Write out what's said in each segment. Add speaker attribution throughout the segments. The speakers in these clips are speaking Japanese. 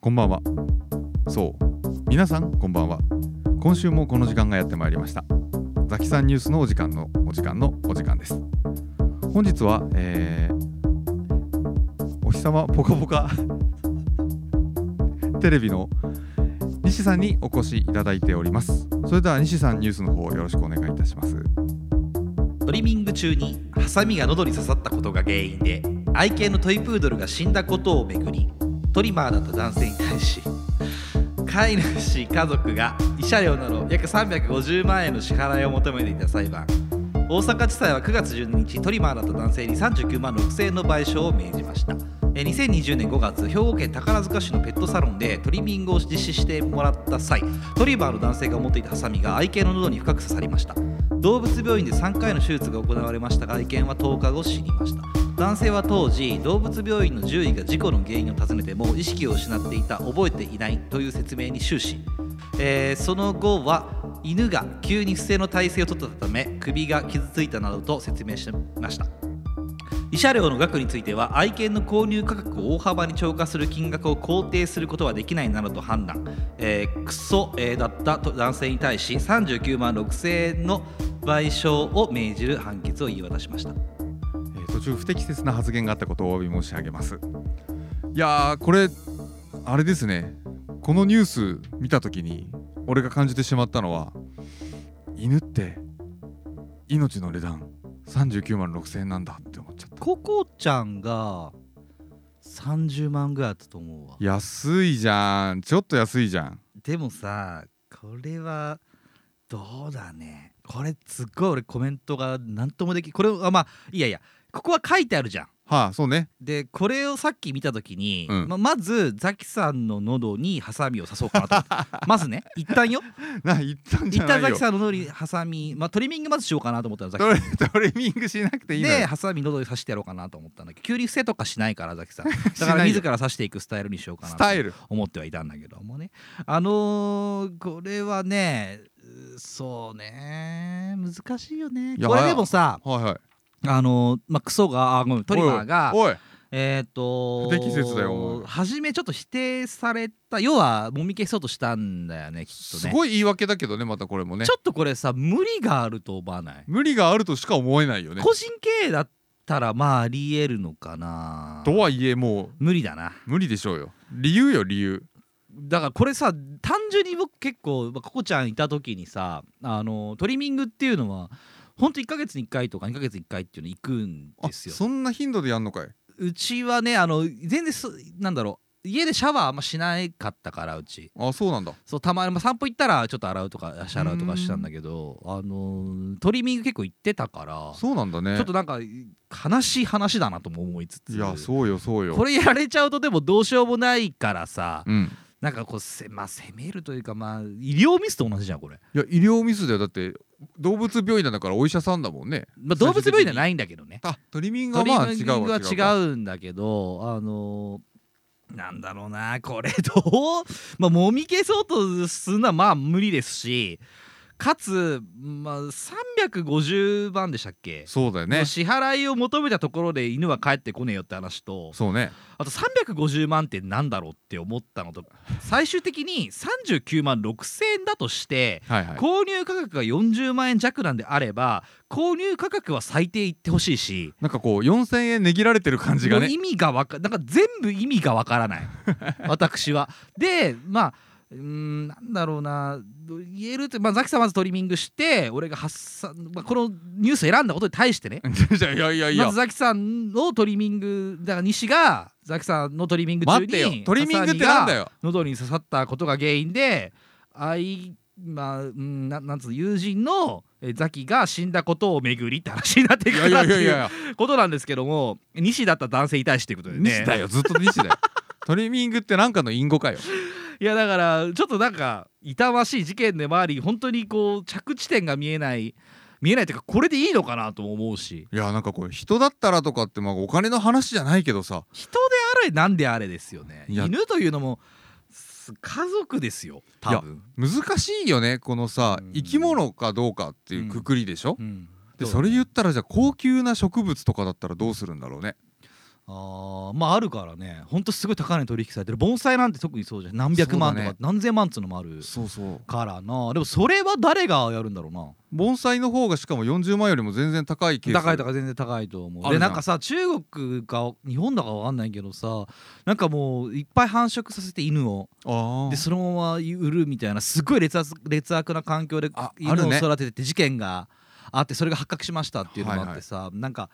Speaker 1: こんばんはそう皆さんこんばんは今週もこの時間がやってまいりましたザキさんニュースのお時間のお時間のお時間です本日は、えーお日様ぽかぽか テレビの西さんにお越しいただいておりますそれでは西さんニュースの方よろしくお願いいたします
Speaker 2: トリミング中にハサミが喉に刺さったことが原因で愛犬のトイプードルが死んだことをめぐりトリマーだった男性に対し飼い主家族が慰謝料など約350万円の支払いを求めていた裁判大阪地裁は9月12日トリマーだった男性に39万6000円の賠償を命じましたえー2020年5月兵庫県宝塚市のペットサロンでトリミングを実施してもらった際トリマーの男性が持っていたハサミが愛犬の喉に深く刺さりました動物病院で3回の手術が行われましたが愛犬は10日後死にました男性は当時動物病院の獣医が事故の原因を尋ねても意識を失っていた覚えていないという説明に終始、えーその後は犬が急に不正の体勢を取ったため首が傷ついたなどと説明しました慰謝料の額については愛犬の購入価格を大幅に超過する金額を肯定することはできないなどと判断、えークソ、えーだったと男性に対し39万6000円の賠償を命じる判決を言い渡しました
Speaker 1: えー途中不適切な発言があったことをお詫び申し上げますいやーこれあれですねこのニュース見た時に俺が感じてしまったのは犬って命の値段39万6000円なんだって思っちゃった
Speaker 2: ココちゃんが30万ぐらいあったと思うわ
Speaker 1: 安いじゃんちょっと安いじゃん
Speaker 2: でもさこれはどうだねこれすっごい俺コメントが何ともできこれはまあいやいやここは書いてあるじゃん
Speaker 1: はあそうね
Speaker 2: でこれをさっき見た時に、
Speaker 1: うん
Speaker 2: ままずザキさんの喉にハサミを刺そうかなと思ってまずね一旦 よ
Speaker 1: な言ったんじ
Speaker 2: 一
Speaker 1: ゃない
Speaker 2: 旦ザ
Speaker 1: よ
Speaker 2: キさんの喉にハサミ、まあ、トリミングまずしようかなと思ったのザキさん
Speaker 1: トレトレミングしなくていいの
Speaker 2: で
Speaker 1: よ
Speaker 2: ハサミ喉に刺してやろうかなと思ったんだけど急に伏せとかしないからザキさんだ
Speaker 1: し
Speaker 2: か
Speaker 1: な
Speaker 2: ら
Speaker 1: いよ
Speaker 2: 自ら刺していくスタイルにしようかな
Speaker 1: ス
Speaker 2: と
Speaker 1: タイル
Speaker 2: 思ってはいたんだけどもねあのーこれはねうそうね難しいよね
Speaker 1: いや
Speaker 2: これでもさ
Speaker 1: はいはい
Speaker 2: あのーまあ、クソがあごめんトリマーが
Speaker 1: おいおい
Speaker 2: えっ、と
Speaker 1: 不適切だよお前
Speaker 2: 初めちょっと否定された要はもみ消そうとしたんだよねきっと
Speaker 1: す
Speaker 2: ね
Speaker 1: ごい言い訳だけどねまたこれもね
Speaker 2: ちょっとこれさ無理があると思わない、
Speaker 1: 無理があるとしか思えないよね
Speaker 2: 個人経営だったらまあありえるのかな
Speaker 1: とはいえもう
Speaker 2: 無理だな
Speaker 1: 無理でしょうよ理由よ理由
Speaker 2: だからこれさ単純に僕結構まあココちゃんいた時にさあのトリミングっていうのはほんと1ヶ月に1回とか2ヶ月に1回っていうの行くん
Speaker 1: あ
Speaker 2: ですよ
Speaker 1: そんな頻度でやんのかいう
Speaker 2: ちはねあの全然そなんだろう家でシャワーあんましなかったからうち
Speaker 1: あそうなんだ
Speaker 2: そうたまにまあ散歩行ったらちょっと洗うとか足洗うとかしたんだけどあのトリミング結構行ってたから、
Speaker 1: そうなんだね
Speaker 2: ちょっとなんか悲しい話だなとも思いつつ
Speaker 1: いやそうよそうよ
Speaker 2: これやられちゃうとでもどうしようもないからさ
Speaker 1: うん
Speaker 2: なんかこうせ、まあ、攻めるというかまあ医療ミスと同じじゃんこれ、
Speaker 1: いや医療ミスだよだって動物病院なんだからお医者さんだもんね
Speaker 2: まあ、動物病院ではないんだけどね
Speaker 1: あトリミング
Speaker 2: ト
Speaker 1: は
Speaker 2: リミ
Speaker 1: まあ違
Speaker 2: ン
Speaker 1: う
Speaker 2: グ
Speaker 1: わ
Speaker 2: は
Speaker 1: 違うわ
Speaker 2: 違うんだけどあのーなんだろうなこれどうまあもみ消そうとするのはまあ無理ですしかつ、まあ、350万でしたっけ、
Speaker 1: そうだよね
Speaker 2: 支払いを求めたところで犬は帰ってこねえよって話と
Speaker 1: そうね
Speaker 2: あと350万ってなんだろうって思ったのと最終的に39万6,000円だとして
Speaker 1: はいはい
Speaker 2: 購入価格が40万円弱なんであれば購入価格は最低いってほしいし、
Speaker 1: なんかこう4000円値切られてる感じが
Speaker 2: もう
Speaker 1: ね
Speaker 2: 意味がわかなんか全部意味がわか らない私は。でまあうーんなんだろうなど言えるって、まあ、ザキさんまずトリミングして俺が発散、まあ、このニュース選んだことに対してね
Speaker 1: いやいやいやい
Speaker 2: ま
Speaker 1: や
Speaker 2: ずザキさんのトリミングだから西がザキさんのトリミング中
Speaker 1: 待
Speaker 2: に
Speaker 1: ってよトリミングってなんだ
Speaker 2: よ
Speaker 1: よ
Speaker 2: 喉に刺さったことが原因で愛まあうんななんつうの友人のえザキが死んだことをめぐりって話になって
Speaker 1: い
Speaker 2: く
Speaker 1: や
Speaker 2: る
Speaker 1: い
Speaker 2: な
Speaker 1: や
Speaker 2: っ
Speaker 1: い
Speaker 2: て
Speaker 1: やい
Speaker 2: いう
Speaker 1: や
Speaker 2: ことなんですけども西だった男性に対してってことでね
Speaker 1: 西だよずっと西だよトリミングってなんかの隠語かよ
Speaker 2: いやだからちょっとなんか痛ましい事件でもあり本当にこう着地点が見えない見えないというかこれでいいのかなとも思うし
Speaker 1: いやなんかこれ人だったらとかってまあお金の話じゃないけどさ
Speaker 2: 人であれなんであれですよね
Speaker 1: いや
Speaker 2: 犬というのもす家族ですよ多分
Speaker 1: 難しいよねこのさ
Speaker 2: うん
Speaker 1: 生き物かどうかっていうくくりでしょ、
Speaker 2: うん
Speaker 1: で
Speaker 2: どう
Speaker 1: それ言ったらじゃあ高級な植物とかだったらどうするんだろうね
Speaker 2: あーまああるからねほんとすごい高値で取引されてる盆栽なんて特にそうじゃん何百万と
Speaker 1: そうだ
Speaker 2: か、
Speaker 1: ね
Speaker 2: 何千万っつうのもある
Speaker 1: そうそう
Speaker 2: からなでもそれは誰がやるんだろうな
Speaker 1: 盆栽の方がしかも40万よりも全然高いケース
Speaker 2: 高いとか全然高いと思
Speaker 1: あ
Speaker 2: う
Speaker 1: る
Speaker 2: で
Speaker 1: じゃ
Speaker 2: なんんかさ中国か日本だかわかんないけどさなんかもういっぱい繁殖させて犬を
Speaker 1: あ
Speaker 2: で
Speaker 1: ー
Speaker 2: そのまま売るみたいなすごい劣悪劣悪な環境で
Speaker 1: あある
Speaker 2: 犬を
Speaker 1: ね
Speaker 2: 育ててて事件があってそれが発覚しましたっていうのがあってさ、なんか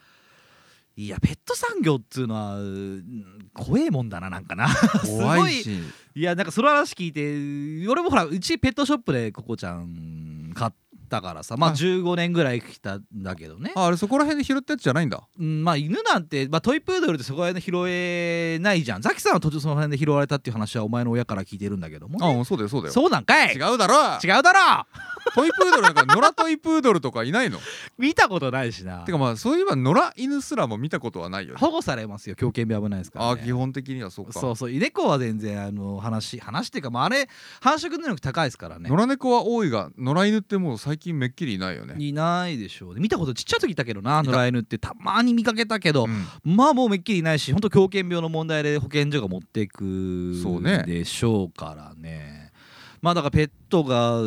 Speaker 2: いやペット産業っつうのはうん怖えもんだななんかなすご
Speaker 1: 怖
Speaker 2: い
Speaker 1: いし
Speaker 2: いやなんかその話聞いて俺もほらうちペットショップでココちゃん買ったからさまあ
Speaker 1: あ
Speaker 2: 15年ぐらい来たんだけどね
Speaker 1: ああれそこら辺で拾ったやつじゃないんだ
Speaker 2: うん、まあ犬なんて、まあ、トイプードルってそこら辺で拾えないじゃんザキさんは途中その辺で拾われたっていう話はお前の親から聞いてるんだけども、
Speaker 1: あそうだよそうだよ
Speaker 2: そうなんかい
Speaker 1: 違うだろ
Speaker 2: 違うだろ
Speaker 1: トイプードルなんか野良トイプードルとかい ないの
Speaker 2: 見たことないしな
Speaker 1: てかまあそういえば野良犬すらも見たことはないよね
Speaker 2: 保護されますよ狂犬病危ないですから、
Speaker 1: あ
Speaker 2: ね、
Speaker 1: ー基本的にはそうか
Speaker 2: そうそう猫は全然あの話話っていうか、まあ、あれ繁殖能力高いですからね
Speaker 1: 野良猫は多いが野良犬ってもう最近めっきりいないよね
Speaker 2: いないでしょうね見たことちっちゃい時いたけどない
Speaker 1: た
Speaker 2: 野良犬ってたまに見かけたけど、
Speaker 1: うん
Speaker 2: まあもうめっきりいないし本当狂犬病の問題で保健所が持っていく
Speaker 1: そうね
Speaker 2: でしょうからねまあだからペットが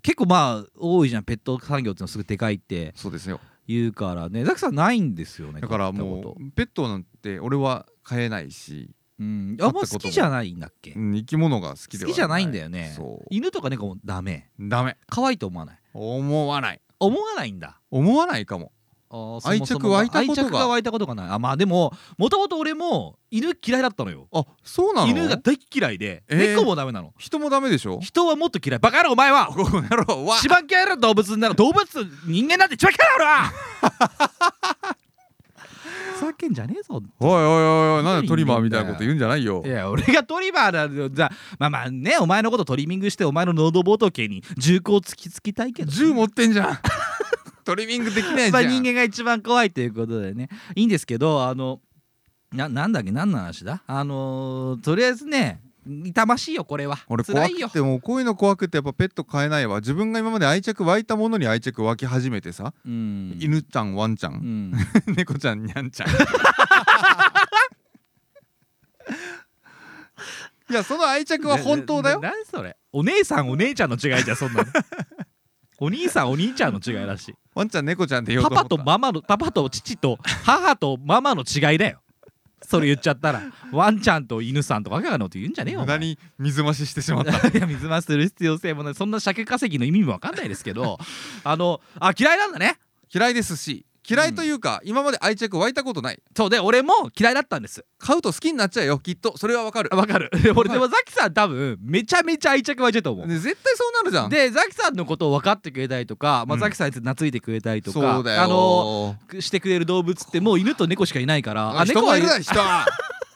Speaker 2: 結構まあ多いじゃんペット産業っていうのはすぐでかいって
Speaker 1: そうですよ
Speaker 2: 言うからねザクさんないんですよね
Speaker 1: だから
Speaker 2: 買ったこ
Speaker 1: も
Speaker 2: と
Speaker 1: うペットなんて俺は飼えないし、
Speaker 2: うん、
Speaker 1: 買
Speaker 2: あ
Speaker 1: っ
Speaker 2: ん
Speaker 1: た
Speaker 2: ま
Speaker 1: ことも
Speaker 2: 好きじゃないんだっけ
Speaker 1: うん生き物が好きでは
Speaker 2: 好きじゃないんだよね
Speaker 1: そう
Speaker 2: 犬とか猫もダメ
Speaker 1: ダメ
Speaker 2: 可愛いと思わない
Speaker 1: 思わない
Speaker 2: 思わないんだ
Speaker 1: 思わないかも
Speaker 2: あー
Speaker 1: 愛着湧いたことが
Speaker 2: 愛着が湧いたことがないあまあでももともと俺も犬嫌いだったのよ
Speaker 1: あそうなの
Speaker 2: 犬が大っ嫌いで、
Speaker 1: えー
Speaker 2: 猫もダメなの
Speaker 1: 人もダメでしょ
Speaker 2: 人はもっと嫌いバカ野郎お前は
Speaker 1: この野郎は
Speaker 2: 一番嫌いな動物の中動物人間なんて一番嫌いだろ俺は ふざけんじゃねえぞ
Speaker 1: おいおいおいおいなんでトリマーみたいなこと言うんじゃないよ
Speaker 2: いや俺がトリマーだよじゃあまあまあねお前のことトリミングしてお前の喉仏に銃口を突きつきたいけど
Speaker 1: 銃持ってんじゃん トリミングできないじ
Speaker 2: ま
Speaker 1: ゃ
Speaker 2: あ
Speaker 1: ん
Speaker 2: 人間が一番怖いということでねいいんですけどあのななんだっけ何の話だあのーとりあえずね痛ましいよこれは
Speaker 1: 俺怖
Speaker 2: 辛いよ
Speaker 1: くてもうこういうの怖くてやっぱペット飼えないわ自分が今まで愛着湧いたものに愛着湧き始めてさ、
Speaker 2: うん
Speaker 1: 犬ちゃんワンちゃ、
Speaker 2: うんん
Speaker 1: 猫ちゃんにゃん ちゃんいやその愛着は本当だよ
Speaker 2: なな何それお姉さんお姉ちゃんの違いじゃん そんなのお兄さんお兄ちゃんの違いだし
Speaker 1: ワンちゃん猫ちゃんで言おう
Speaker 2: パ
Speaker 1: と思
Speaker 2: パ
Speaker 1: った
Speaker 2: とママのパパと父と母とママの違いだよそれ言っちゃったらワンちゃんと犬さんとかわけがのこと言うんじゃねえよお
Speaker 1: 無
Speaker 2: 前
Speaker 1: 駄に水増ししてしまった
Speaker 2: いや水増しする必要性もないそんな尺稼ぎの意味もわかんないですけどあのあ嫌いなんだね
Speaker 1: 嫌いですし嫌いというか、今まで愛着湧いたことない
Speaker 2: そうで俺も嫌いだったんです
Speaker 1: 飼うと好きになっちゃうよきっとそれはわかる
Speaker 2: わかる俺でもザキさん多分めちゃめちゃ愛着湧いてると思う
Speaker 1: ね絶対そうなるじゃん
Speaker 2: でザキさんのことを分かってくれたりとか、まあ
Speaker 1: うん
Speaker 2: ザキさんに懐いてくれたりとか
Speaker 1: そうだよ
Speaker 2: あのしてくれる動物ってもう犬と猫しかいないから
Speaker 1: あ人もいる
Speaker 2: 猫
Speaker 1: だ
Speaker 2: は
Speaker 1: 人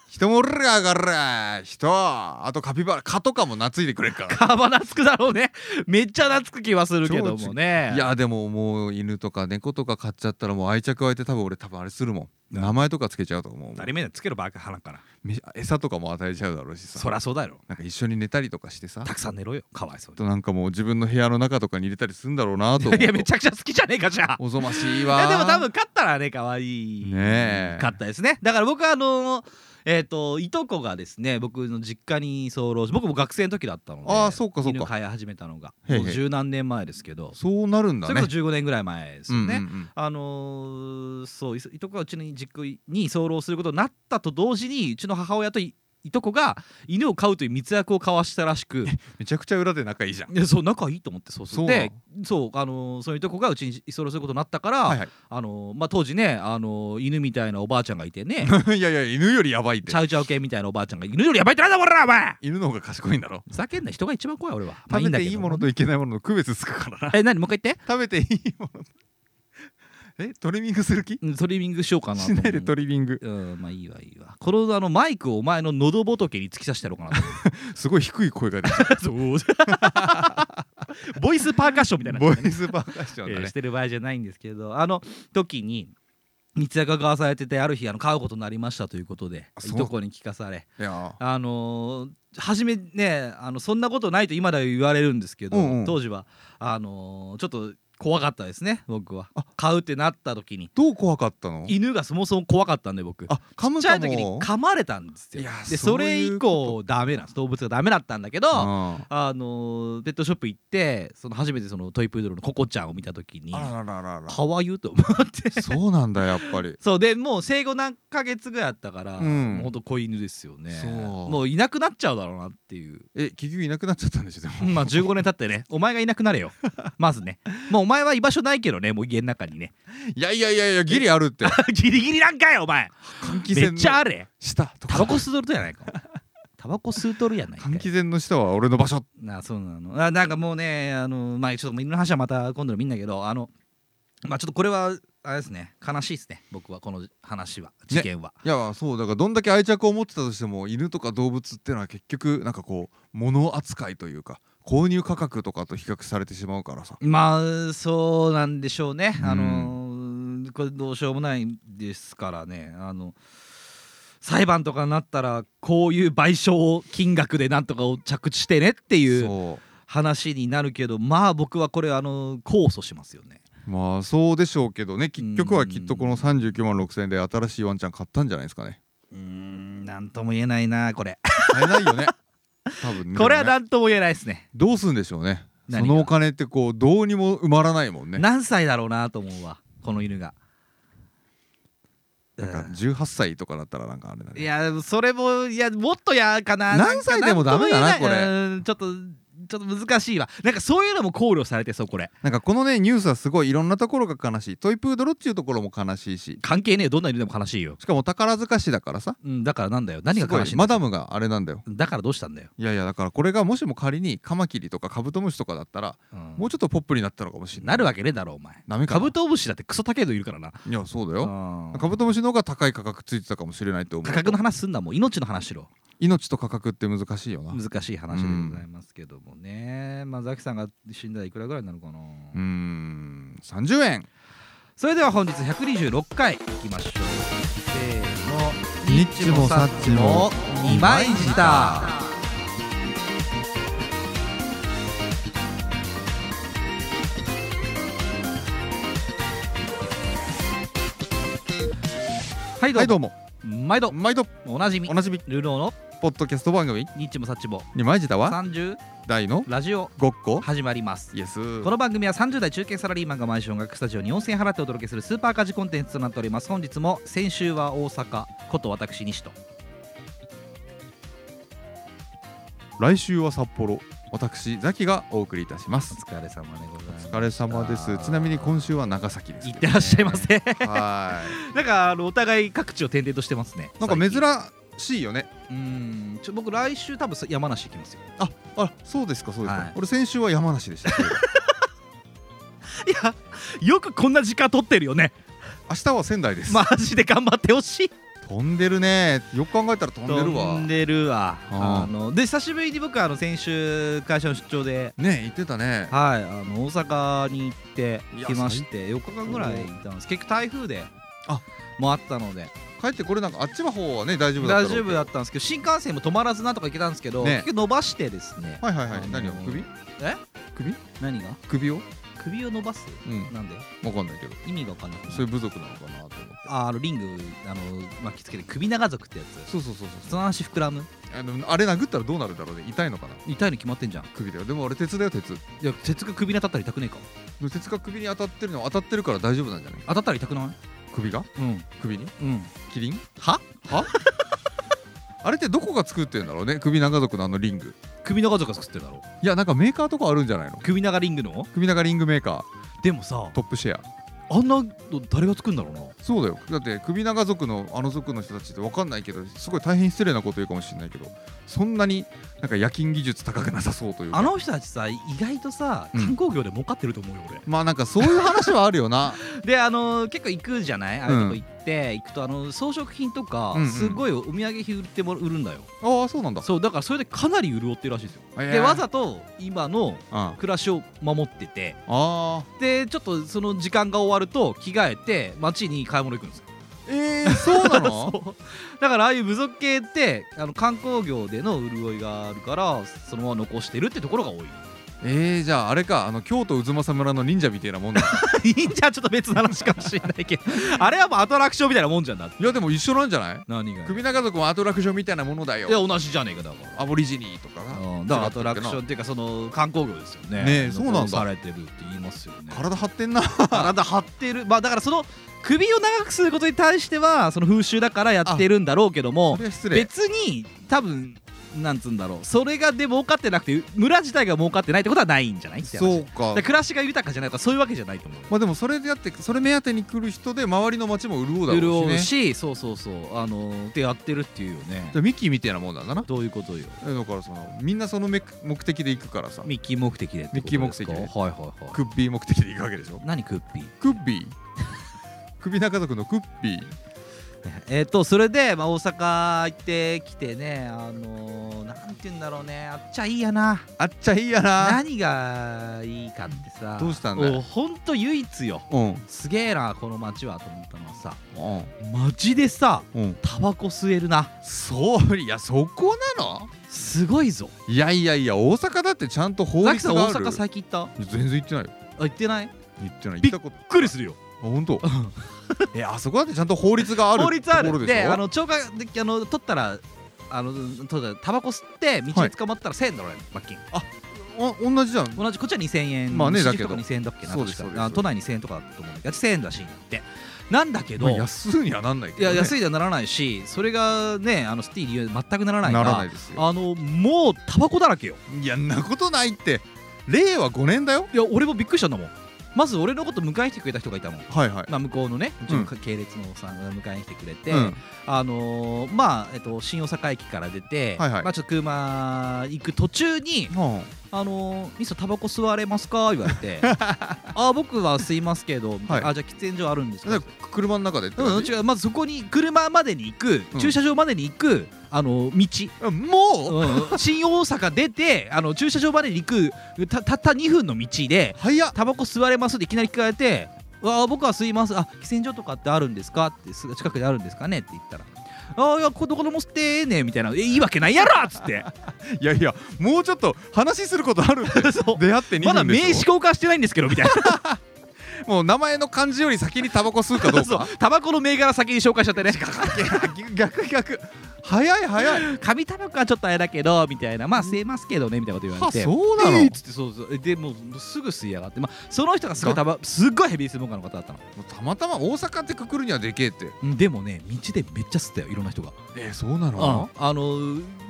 Speaker 1: 人もおるやがら人あとカピバラ蚊とかも懐いてくれっから
Speaker 2: カバナつくだろうね めっちゃ懐く気はするけどもね
Speaker 1: いやでももう犬とか猫とか飼っちゃったらもう愛着湧いて多分俺多分あれするもん名前とかつけちゃうと思う
Speaker 2: 当たり前だよつけろバカ鼻から
Speaker 1: め餌とかも与えちゃうだろうし
Speaker 2: そ
Speaker 1: さ
Speaker 2: りゃそうだろ
Speaker 1: なんか一緒に寝たりとかしてさ
Speaker 2: たくさん寝ろよかわいそう
Speaker 1: となんかもう自分の部屋の中とかに入れたりするんだろうなと思う
Speaker 2: にい
Speaker 1: と
Speaker 2: やめちゃくちゃ好きじゃねえかじゃあ
Speaker 1: おぞましい
Speaker 2: い
Speaker 1: わ
Speaker 2: やでも多分勝ったらね可愛
Speaker 1: ね
Speaker 2: い
Speaker 1: え
Speaker 2: 勝ったですねだから僕はあのえっ、といとこがですね僕の実家に居候し僕も学生の時だったので
Speaker 1: あーそうかそうか
Speaker 2: 犬飼い始めたのが
Speaker 1: へいへい
Speaker 2: もう十何年前ですけど
Speaker 1: そうなるんだ
Speaker 2: それ
Speaker 1: ね
Speaker 2: こそ15年ぐらい前です
Speaker 1: うんう
Speaker 2: よ
Speaker 1: んう
Speaker 2: ね、
Speaker 1: ん
Speaker 2: あのーそういいとこがうちの実家に居候することになったと同時にうちの母親といいとこが犬を飼うという密約を交わしたらしく
Speaker 1: めちゃくちゃ裏で仲いいじゃん
Speaker 2: でそう仲いいと思ってそう
Speaker 1: そう
Speaker 2: そう
Speaker 1: なの
Speaker 2: でそうあのーそういうとこがうちに居候することになったから、
Speaker 1: はい はい
Speaker 2: あのーまあ、当時ね、あのー犬みたいなおばあちゃんがいてね
Speaker 1: いやいや犬よりやばいって
Speaker 2: チャウチャウ系みたいなおばあちゃんが犬よりやばいってなんだおらお前
Speaker 1: 犬の方が賢いんだろ
Speaker 2: ふざけんな人が一番怖い俺はまあ
Speaker 1: 食べ
Speaker 2: んだ
Speaker 1: て
Speaker 2: け
Speaker 1: いい
Speaker 2: ど
Speaker 1: ものといけないものの区別つくからな
Speaker 2: え何もう一回言って
Speaker 1: 食べていいもの えトリミングする気
Speaker 2: うんトリミングしようかな と
Speaker 1: し
Speaker 2: 思う
Speaker 1: ないでトリミング
Speaker 2: うんまあいいわいいわこのあのマイクをお前の喉仏に突き刺してやろうかなと思って
Speaker 1: すごい低い声が出て
Speaker 2: そう。 ボイスパーカッションみたいな、
Speaker 1: ボイスパーカッションだ
Speaker 2: えー
Speaker 1: ね
Speaker 2: し、てる場合じゃないんですけど、あの時に密約が交わされててある日あの買うことになりましたということで
Speaker 1: あ
Speaker 2: い
Speaker 1: そう
Speaker 2: とこに聞かされ、
Speaker 1: いや
Speaker 2: あのー初めねあのそんなことないと今では言われるんですけど、
Speaker 1: うんうん
Speaker 2: 当時はあのーちょっと怖かったですね僕は
Speaker 1: あ
Speaker 2: 買うってなった時に
Speaker 1: どう怖かったの
Speaker 2: 犬がそもそも怖かったんで僕
Speaker 1: あ噛む
Speaker 2: ちっちゃ
Speaker 1: か
Speaker 2: い時に
Speaker 1: も
Speaker 2: 噛まれたんですよ
Speaker 1: いや
Speaker 2: で
Speaker 1: そ
Speaker 2: そうれ
Speaker 1: い
Speaker 2: 以
Speaker 1: うこと
Speaker 2: 降ダメなんです動物がダメだったんだけどあ
Speaker 1: あ
Speaker 2: のーペットショップ行ってその初めてそのトイプードルのココちゃんを見た時に
Speaker 1: あらららら
Speaker 2: かわいいと思って
Speaker 1: らそうなんだやっぱり
Speaker 2: そうでもう生後何ヶ月ぐらいあったから、
Speaker 1: うん
Speaker 2: もうほんと子犬ですよね
Speaker 1: そう
Speaker 2: もういなくなっちゃうだろうなっていう
Speaker 1: え結局いなくなっちゃったんでしょでも
Speaker 2: まあ15年経ってねお前がいなくなれよ まずねもうお前は居場所ないけどねもう家の中にね
Speaker 1: いやいやいやいやギリあるって
Speaker 2: ギリギリなんかよお前
Speaker 1: 換気
Speaker 2: めっ
Speaker 1: 扇
Speaker 2: ちゃ
Speaker 1: の
Speaker 2: あれ
Speaker 1: 下と
Speaker 2: タ
Speaker 1: か
Speaker 2: バコ吸うとるやないかタバコ吸うとるやないか
Speaker 1: 換気扇の下は俺の場所
Speaker 2: なそうなのあなんかもうねあのまあちょっと犬の話はまた今度のみんなけどあのまあちょっとこれはあれですね悲しいですね僕はこの話は事件は、
Speaker 1: いやそうだからどんだけ愛着を持ってたとしても犬とか動物ってのは結局なんかこう物扱いというか購入価格とかと比較されてしまうからさ
Speaker 2: まあそうなんでしょうね、
Speaker 1: うん
Speaker 2: あのこれどうしようもないですからねあの裁判とかになったらこういう賠償金額でなんとかを着地してねっていう
Speaker 1: そ
Speaker 2: 話になるけどまあ僕はこれあの控訴しますよね
Speaker 1: うまあそうでしょうけどね結局はきっとこの39万6000円で新しいワンちゃん買ったんじゃないですかね
Speaker 2: うーんなんとも言えないなこれ
Speaker 1: 買えないよ ね多分ね
Speaker 2: これはなんとも言えないですね
Speaker 1: どうすんでしょうねそ
Speaker 2: 何が
Speaker 1: のお金ってこうどうにも埋まらないもんね
Speaker 2: 何歳だろうなと思うわこの犬が
Speaker 1: なんか18歳とかだったらなんかあれだ
Speaker 2: い
Speaker 1: ね
Speaker 2: やそれもいやもっとやかな
Speaker 1: 何歳でもダメだなん
Speaker 2: かんとも言え
Speaker 1: こ
Speaker 2: いうんちょっとちょっと難しいわなんかそういうのも考慮されてそうこれ
Speaker 1: なんかこのねニュースはすごいいろんなところが悲しいトイプードルっていうところも悲しいし
Speaker 2: 関係ねえどんな犬でも悲しいよ、
Speaker 1: しかも宝塚市だからさ
Speaker 2: うん、だからなんだよ何が悲しい
Speaker 1: す
Speaker 2: ん
Speaker 1: ご
Speaker 2: だ
Speaker 1: マダムがあれなんだよ
Speaker 2: だからどうしたんだよ、
Speaker 1: いやいやだからこれがもしも仮にカマキリとかカブトムシとかだったら、
Speaker 2: うん
Speaker 1: もうちょっとポップになったのかもしれない
Speaker 2: なるわけねえだろお前
Speaker 1: ダメか
Speaker 2: カ
Speaker 1: な
Speaker 2: ブトムシだってクソ高いのいるからない
Speaker 1: やそうだよ
Speaker 2: うん
Speaker 1: カブトムシの方が高い価格ついてたかもしれないと思う
Speaker 2: 価格の話すんなもう命の話しろ
Speaker 1: 命と価格って難しいよな
Speaker 2: 難しい話でございますけどもね、まあザキさんが死んだらいくらぐらいになるかな、
Speaker 1: うーん30円
Speaker 2: それでは本日126回いきましょうせーの
Speaker 1: ニッチもサッチも
Speaker 2: 二倍舌はいど
Speaker 1: は
Speaker 2: う
Speaker 1: い
Speaker 2: も、
Speaker 1: どうも
Speaker 2: 毎度
Speaker 1: 毎度
Speaker 2: おなじみ
Speaker 1: おなじみ
Speaker 2: ルローの
Speaker 1: ポッドキャスト番組
Speaker 2: ニッチもサッチも
Speaker 1: に毎時だわ
Speaker 2: 30
Speaker 1: 大の
Speaker 2: ラジオ
Speaker 1: ごっこ
Speaker 2: 始まります
Speaker 1: イエス
Speaker 2: この番組は30代中堅サラリーマンが毎週音楽スタジオに4000円払ってお届けするスーパーカジコンテンツとなっております本日も先週は大阪こと私西と
Speaker 1: 来週は札幌私ザキがお送りいたしま
Speaker 2: お
Speaker 1: す
Speaker 2: 疲れ様でございます
Speaker 1: お疲れ様ですちなみに今週は長崎です
Speaker 2: 行
Speaker 1: け
Speaker 2: っ
Speaker 1: ど
Speaker 2: てらっしゃいませ
Speaker 1: は
Speaker 2: なんかあのお互い各地を転々としてますね
Speaker 1: いなんか珍しいよね
Speaker 2: 珍うんちょ僕来週多分そ山梨行きますよ
Speaker 1: ああそうですかそうですか、
Speaker 2: はい
Speaker 1: 俺先週は山梨 でした
Speaker 2: いやよくこんな時間取ってる よね
Speaker 1: 明日は仙台です、
Speaker 2: マジで頑張ってほしい
Speaker 1: 飛んでるねよく考えたら飛んでるわ
Speaker 2: 飛んでるわ
Speaker 1: あー
Speaker 2: あので久しぶりに僕あの先週会社の出張で
Speaker 1: ね言ってたね
Speaker 2: はい、あの大阪に行って
Speaker 1: いや
Speaker 2: きまして4日間ぐらいいたんです結局台風で
Speaker 1: あ
Speaker 2: もあったので
Speaker 1: 帰ってこれなんかあっちの方はね大丈夫だ
Speaker 2: 大
Speaker 1: ったろ
Speaker 2: 丈
Speaker 1: うけ
Speaker 2: 夫
Speaker 1: ど
Speaker 2: だったんですけど新幹線も止まらずなんとか行けたんですけど、
Speaker 1: ね
Speaker 2: 結局伸ばしてですね
Speaker 1: はいはいは
Speaker 2: あ
Speaker 1: い
Speaker 2: の
Speaker 1: 何を首
Speaker 2: え
Speaker 1: 首
Speaker 2: 何が
Speaker 1: 首を
Speaker 2: 首を伸ばす
Speaker 1: うん
Speaker 2: なんで
Speaker 1: わかんないけど
Speaker 2: 意味が分かんなく
Speaker 1: そういう
Speaker 2: ない
Speaker 1: 部族なのかなと思って
Speaker 2: ああのリングあの巻きつけて首長族ってやつ
Speaker 1: そうそうそう
Speaker 2: そ
Speaker 1: そう
Speaker 2: の話膨らむ
Speaker 1: あのあれ殴ったらどうなるんだろうね痛いのかな
Speaker 2: 痛いに決まってんじゃん
Speaker 1: 首だよでもあれ鉄だよ鉄
Speaker 2: いや鉄が首に当たったら痛くねえか
Speaker 1: 鉄が首に当たってるのは当たってるから大丈夫なんじゃない
Speaker 2: 当たったら痛くない
Speaker 1: 首が
Speaker 2: うん
Speaker 1: 首に
Speaker 2: うん
Speaker 1: キリン
Speaker 2: は
Speaker 1: は あれってどこが作ってるんだろうね首長族のあのリング
Speaker 2: 首長族が作ってるだろ
Speaker 1: いやなんかメーカーとかあるんじゃないの
Speaker 2: 首長リングの
Speaker 1: 首長リングメーカ
Speaker 2: でもさ
Speaker 1: ートップシェア
Speaker 2: あんなの誰が作るんだろうな
Speaker 1: そうだよだって首長族のあの族の人たちって分かんないけどすごい大変失礼なこと言うかもしれないけどそんなになんか夜勤技術高くなさそうというか
Speaker 2: あの人たちさ意外とさ
Speaker 1: うん
Speaker 2: 観光業で儲かってると思うよ俺、
Speaker 1: まあなんかそういう話はあるよ な
Speaker 2: であのー結構行くじゃないああいうとこ行って、行くとあの装飾品とか、
Speaker 1: うんうん
Speaker 2: すごいお土産品売っても売るんだよ
Speaker 1: ああそうなんだ
Speaker 2: そうだからそれでかなり潤ってるらしいですよ、
Speaker 1: へえ
Speaker 2: でわざと今の
Speaker 1: うんあ
Speaker 2: 暮らしを守ってて
Speaker 1: あ
Speaker 2: でちょっとその時間が終わると着替えて街に買い物行くんですよ
Speaker 1: えー、そうなの
Speaker 2: そうだからああいう部族系ってあの観光業での潤いがあるからそのまま残してるってところが多い
Speaker 1: えー、じゃああれかあの京都渦政村の忍者みたいなもん だ
Speaker 2: 忍者はちょっと別の話かもしれな いけどあれはもうアトラクションみたいなもんじゃんだって
Speaker 1: いやでも一緒なんじゃない
Speaker 2: 何がい
Speaker 1: 首長族もアトラクションみたいなものだよ
Speaker 2: や同じじゃねえかだから
Speaker 1: アボリジニーとかが、
Speaker 2: うんだからアトラクション
Speaker 1: ン
Speaker 2: っていうかその観光業ですよね
Speaker 1: ねえそうなんだ
Speaker 2: 残されてるって言いますよね
Speaker 1: 体張 ってんな
Speaker 2: 体張ってるまあだからその首を長くすることに対してはその風習だからやってるんだろうけども
Speaker 1: それは失礼
Speaker 2: 別に多分なんつうんだろうそれがで儲かってなくて村自体が儲かってないってことはないんじゃないって話
Speaker 1: そうか
Speaker 2: だから暮らしが豊かじゃないとかそういうわけじゃないと思う
Speaker 1: まあでもそれでやってそれ目当てに来る人で周りの街も潤うだろうしね
Speaker 2: 潤うしそうそうそうあのーってやってるっていうよね
Speaker 1: じゃあミッキーみたいなもんなんだな
Speaker 2: どういうことよ
Speaker 1: えだからそのみんなその目目的で行くからさ
Speaker 2: ミッキー目的でってこと
Speaker 1: ミッキー目的で
Speaker 2: ですかはいはいは
Speaker 1: クッピー目的で行くわけでしょ
Speaker 2: い何クッピー
Speaker 1: クッピー 首長族のクッピー
Speaker 2: えっ、とそれで、まあ、大阪行ってきてねあのー、なんて言うんだろうねあっちゃいいやな
Speaker 1: あっちゃいいやな
Speaker 2: 何がいいかってさ
Speaker 1: どうしたんだよ
Speaker 2: おほんと唯一よ
Speaker 1: うん
Speaker 2: すげえなこの街はと思ったのはさ
Speaker 1: うん
Speaker 2: マジでさ
Speaker 1: うん
Speaker 2: タバコ吸えるな
Speaker 1: そういやそこなの
Speaker 2: すごいぞ
Speaker 1: いやいやいや大阪だってちゃんと法
Speaker 2: ザキ
Speaker 1: 律
Speaker 2: さん
Speaker 1: が
Speaker 2: 大
Speaker 1: ある
Speaker 2: 阪最近行ったあ
Speaker 1: 全然行ってないよ
Speaker 2: 行ってない
Speaker 1: 行ってない行ったこと
Speaker 2: びっくりするよ
Speaker 1: あ本 当えあそこだってちゃんと法律がある
Speaker 2: 法律
Speaker 1: と
Speaker 2: あ
Speaker 1: こ
Speaker 2: る
Speaker 1: ろ
Speaker 2: で
Speaker 1: でしょ
Speaker 2: あの超過であの取ったらあの取ったらタバコ吸って道に捕まったら1000円だろ、罰金
Speaker 1: お同じじゃん
Speaker 2: 同じこっちは2000円
Speaker 1: まあね
Speaker 2: 新宿
Speaker 1: だけど
Speaker 2: とか2000円だっけな
Speaker 1: そうです
Speaker 2: 確
Speaker 1: そうで
Speaker 2: か
Speaker 1: す
Speaker 2: あ都内2000円とかだったと思うんだけど1000円だしになってなんだけど、
Speaker 1: まあ安いにはなんないけ
Speaker 2: い
Speaker 1: ど、
Speaker 2: や
Speaker 1: ね、
Speaker 2: 安いではならないしそれがねあのスティーリーは全くならない
Speaker 1: な
Speaker 2: が
Speaker 1: らないですよ
Speaker 2: あのもうタバコだらけよ
Speaker 1: いやんなことないって令和5年だよ
Speaker 2: いや俺もびっくりしたんだもんまず俺のこと迎えに来てくれた人がいたもん
Speaker 1: はいはい
Speaker 2: まあ、向こうのね、うちの
Speaker 1: うん
Speaker 2: 系列のおっさんが迎えに来てくれて、
Speaker 1: うん
Speaker 2: あのーまあ、えっと、新大阪駅から出て、
Speaker 1: はいはい
Speaker 2: まあ、ちょっと車行く途中に
Speaker 1: は
Speaker 2: 「あのー、ミスタバコ吸われますか?」言わ れて「あー僕は吸いますけど」みたいな
Speaker 1: は
Speaker 2: あじゃあ喫煙所あるんです
Speaker 1: あ
Speaker 2: か?」
Speaker 1: だから車の中でって
Speaker 2: うん、
Speaker 1: 感じ
Speaker 2: 違うまずそこに車までに行く、
Speaker 1: うん
Speaker 2: 駐車場までに行くあのー
Speaker 1: あもう
Speaker 2: 道、うん、新大阪出てあの駐車場までに行くたたった2分の道で
Speaker 1: 早っ
Speaker 2: タバコ吸われますっていきなり聞かれて「わあ僕は吸いますあ喫煙所とかってあるんですか?」ってす近くにあるんですかねって言ったら「ああいやこどこでも吸ってええねん」みたいな「えいいわけないやろ!」っつって
Speaker 1: いやいやもうちょっと話することあるって
Speaker 2: そう
Speaker 1: 出会って2分
Speaker 2: まだ名
Speaker 1: でしょ
Speaker 2: 刺交換してないんですけどみたい な
Speaker 1: もう名前の漢字より先にタバコ吸うかどう
Speaker 2: そ
Speaker 1: か
Speaker 2: うタバコの銘柄先に紹介しちゃっ てね
Speaker 1: 逆逆早い早い
Speaker 2: 紙タバコはちょっとあれだけどみたいなまあ吸えますけどねみたいなこと言わ
Speaker 1: あ
Speaker 2: れて。
Speaker 1: そうなの、
Speaker 2: えーっつってそうそうでもうすぐ吸いやがって、まあ、その人がすごいタバすっごいヘビースモーカーの方だったの
Speaker 1: もうたまたま大阪ってくくるにはでけえって
Speaker 2: うんでもね道でめっちゃ吸ったよいろんな人が
Speaker 1: えー、そうなの
Speaker 2: あの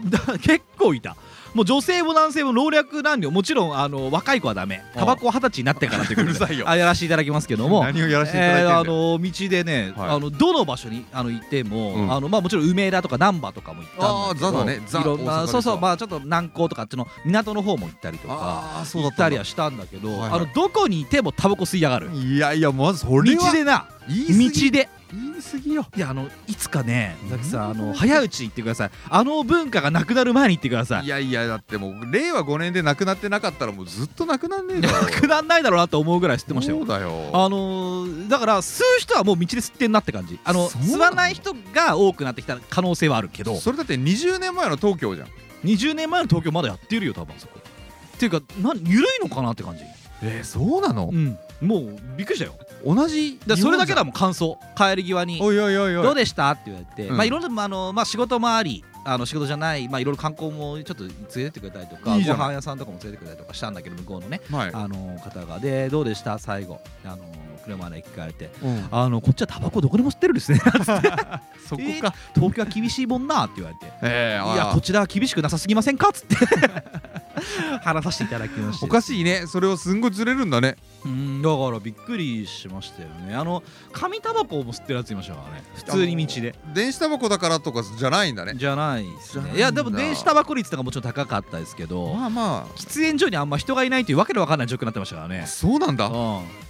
Speaker 2: だ 結構いたもう女性も男性も老若男女もちろんあの若い子はダメ
Speaker 1: うん
Speaker 2: タバコは二十歳になってからということで
Speaker 1: うるさいよ
Speaker 2: あやらせていただきますけども
Speaker 1: 何をやらせていただいてんだ
Speaker 2: えー
Speaker 1: よ
Speaker 2: あの道でね、
Speaker 1: はい
Speaker 2: あのどの場所にあの行っても、
Speaker 1: うん
Speaker 2: あのまあもちろん梅田とか難波とかも行ったんだけど
Speaker 1: あーザだねザ
Speaker 2: いろ
Speaker 1: 大阪で
Speaker 2: んな
Speaker 1: す
Speaker 2: そうそう
Speaker 1: わ
Speaker 2: まあちょっと南港とかあっちの港の方も行ったりとか
Speaker 1: ああーそう
Speaker 2: 行
Speaker 1: だ
Speaker 2: っ
Speaker 1: った
Speaker 2: た
Speaker 1: ん
Speaker 2: り
Speaker 1: だ
Speaker 2: はしたんだけど、
Speaker 1: はいはい
Speaker 2: あのどこにいてもタバコ吸いやがる
Speaker 1: いやいやまずそ
Speaker 2: 道
Speaker 1: れは
Speaker 2: でな
Speaker 1: 言い過ぎ
Speaker 2: 道で
Speaker 1: 言い過ぎよ
Speaker 2: いやあのいつかね
Speaker 1: うん
Speaker 2: ザキさんあの早いうちに行ってくださいあの文化がなくなる前に行ってくださ
Speaker 1: い
Speaker 2: い
Speaker 1: やいやだってもう令和5年でなくなってなかったらもうずっとなくなんねえだろ
Speaker 2: なくなんないだろうなと思うぐらい吸ってました
Speaker 1: そ
Speaker 2: よ
Speaker 1: うだよ
Speaker 2: あのーだから吸う人はもう道で吸ってんなって感じあの
Speaker 1: そうなの
Speaker 2: 吸わない人が多くなってきた可能性はあるけど
Speaker 1: それだって20年前の東京じゃん
Speaker 2: 20年前の東京まだやってるよ多分そこっていうかなん緩いのかなって感じ
Speaker 1: えー、そうなの
Speaker 2: うんもうびっくりしたよ
Speaker 1: 同じ
Speaker 2: だからそれだけだ
Speaker 1: も
Speaker 2: もん感想帰り際に
Speaker 1: おいおいおいおい
Speaker 2: どうでしたって言われて、
Speaker 1: うん
Speaker 2: まあいろんなあの、まあ、仕事もありあの仕事じゃない、まあ、いろいろ観光もちょっと連れてってくれたりとか
Speaker 1: いいじゃん
Speaker 2: ご飯屋さんとかも連れてってくれたりとかしたんだけど向こうのね、
Speaker 1: はい、
Speaker 2: あの方がでどうでした最後あの車で行き換えて
Speaker 1: うん、
Speaker 2: あのこっちはタバコどこでも吸ってるんで すね
Speaker 1: そこ
Speaker 2: え
Speaker 1: か
Speaker 2: ー東京は厳しいもんなって言われて
Speaker 1: ええ
Speaker 2: いやこちらは厳しくなさすぎませんかっつって 話させていただきました
Speaker 1: おかしいねそれをすんごいずれるんだね
Speaker 2: うんだからびっくりしましたよねあの紙タバコも吸ってるやついましたからね普通に道で
Speaker 1: 電子タバコだからとかじゃないんだね
Speaker 2: じゃないです
Speaker 1: じゃないんだ
Speaker 2: ねいやでも電子タバコ率とかもちろん高かったですけど、
Speaker 1: まあま
Speaker 2: 喫煙所にあんま人がいないというわけのわかんない状況になってましたから
Speaker 1: あ
Speaker 2: ね
Speaker 1: そうなんだ
Speaker 2: う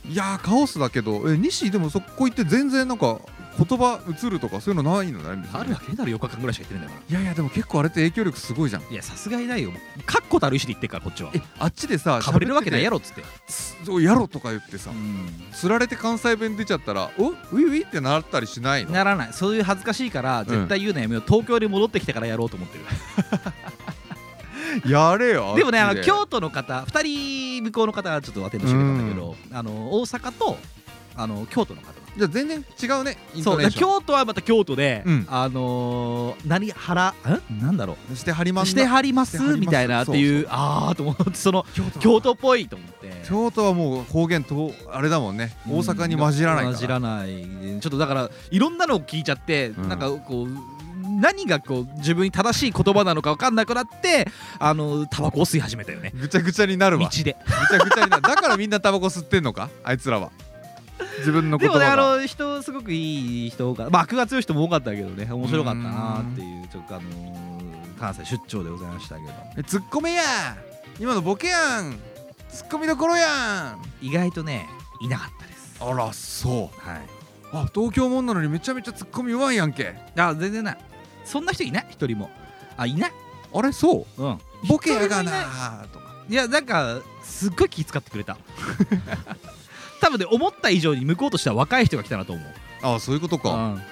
Speaker 1: いやーカオスだけどえ西でもそこ行って全然なんか言葉移るとかそういうのないのだね別に
Speaker 2: んあるわけねえだろ4日間ぐらいしか言ってないんだか
Speaker 1: いやいやでも結構あれって影響力すごいじゃん
Speaker 2: らいやさすがにないよ確固たる意思で言ってるからこっちは
Speaker 1: えあっちでさ
Speaker 2: かぶれるわけないや
Speaker 1: ろ
Speaker 2: ろっつって
Speaker 1: そうやろとか言ってさ
Speaker 2: うん
Speaker 1: つられて関西弁出ちゃったらおウィウィってなったりしないの
Speaker 2: ならないそういう恥ずかしいから絶対言うのやめよう、東京に戻ってきてからやろうと思ってる
Speaker 1: やれよ
Speaker 2: でもねあ
Speaker 1: あっ
Speaker 2: の
Speaker 1: ち
Speaker 2: 京都の方2人向こうの方がちょっとアテンドしてくれたんだけど、あの大阪とあの京都の方
Speaker 1: じゃあ全然違うねイン
Speaker 2: そ
Speaker 1: ト
Speaker 2: う
Speaker 1: ネ
Speaker 2: だ
Speaker 1: ー
Speaker 2: か
Speaker 1: シ
Speaker 2: ら
Speaker 1: ョン
Speaker 2: 京都はまた京都で、
Speaker 1: うん
Speaker 2: あのー、何原んなんだろ
Speaker 1: そして張りま
Speaker 2: うしてはります
Speaker 1: してはります
Speaker 2: みたいなっていう
Speaker 1: そう
Speaker 2: ああと思ってその
Speaker 1: 京都
Speaker 2: 京都っぽいと思って
Speaker 1: 京都はもう方言とあれだもんね大阪に混じらないから、
Speaker 2: 混じらないちょっとだからいろんなのを聞いちゃって、
Speaker 1: うん
Speaker 2: なんかこう何がこう自分に正しい言葉なのか分かんなくなってあのタバコを吸い始めたよね
Speaker 1: ぐちゃぐちゃになる
Speaker 2: 道
Speaker 1: わ
Speaker 2: で
Speaker 1: ぐちゃぐちゃになるだからみんなタバコ吸ってんのかあいつらは自分の
Speaker 2: で
Speaker 1: 言葉
Speaker 2: もねあ
Speaker 1: が
Speaker 2: の人すごくいい人がまあ悪が強い人も多かったけどね面白かったなっていうちょっとあのー関西出張でございましたけど
Speaker 1: えツッコめや今のボケやんツッコミどころやん
Speaker 2: 意外とねいなかったです
Speaker 1: あらそう
Speaker 2: はい
Speaker 1: あ東京もんなのにめちゃめちゃツッコミうまいやんけ
Speaker 2: あ全然ないそんな人いない一人もあいない
Speaker 1: あれそう
Speaker 2: うん
Speaker 1: ボケやがなとか
Speaker 2: いやなんかすっごい気遣ってくれた 多分ね思った以上に向こうとしては若い人が来たなと思う
Speaker 1: あそういうことか
Speaker 2: うん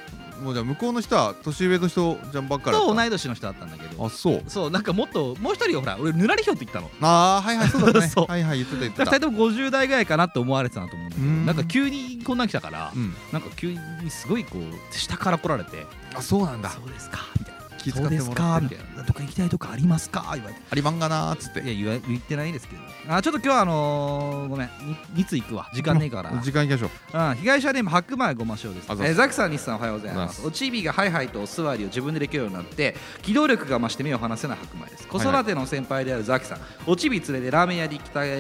Speaker 1: もうじゃあ向こうの人は年上の人じゃんばっかりだ
Speaker 2: と
Speaker 1: っ
Speaker 2: 同い年の人だったんだけ
Speaker 1: た
Speaker 2: ど
Speaker 1: あそう
Speaker 2: そうなんかもっともう一人ほら俺ぬらりひょんって言ったの
Speaker 1: ああはいはいそうだね
Speaker 2: そう
Speaker 1: はいはい言ってた言って
Speaker 2: 2
Speaker 1: た
Speaker 2: 人とも50代ぐらいかなって思われてたなと思うんだけど
Speaker 1: うん
Speaker 2: なんか急にこんなん来たから、
Speaker 1: うん
Speaker 2: なんか急にすごいこう下から来られて
Speaker 1: あそうなん
Speaker 2: 「
Speaker 1: だ
Speaker 2: そうですか」みたいな「
Speaker 1: 気遣
Speaker 2: そ
Speaker 1: っ
Speaker 2: う
Speaker 1: て
Speaker 2: で
Speaker 1: も
Speaker 2: す
Speaker 1: ら
Speaker 2: か」
Speaker 1: って
Speaker 2: み
Speaker 1: る
Speaker 2: たいな「どっか行きたいとこありますか?」言われて
Speaker 1: ありまんがなーっつって
Speaker 2: いや言わ言ってないですけどあちょっと今日はあのーごめん2つ行くわ時間ねえから
Speaker 1: 時間いきましょう
Speaker 2: うん、被害者ネーム白米ごま塩です、え
Speaker 1: あざっす
Speaker 2: ーザクさん西さんおはようございま
Speaker 1: お
Speaker 2: す
Speaker 1: はようございます
Speaker 2: おちびがハイハイとお座りを自分でできるようになって機動力が増して目を離せない白米です子
Speaker 1: はいはい
Speaker 2: 育ての先輩であるザキさん、おちび連れてラーメン屋に行きたい、え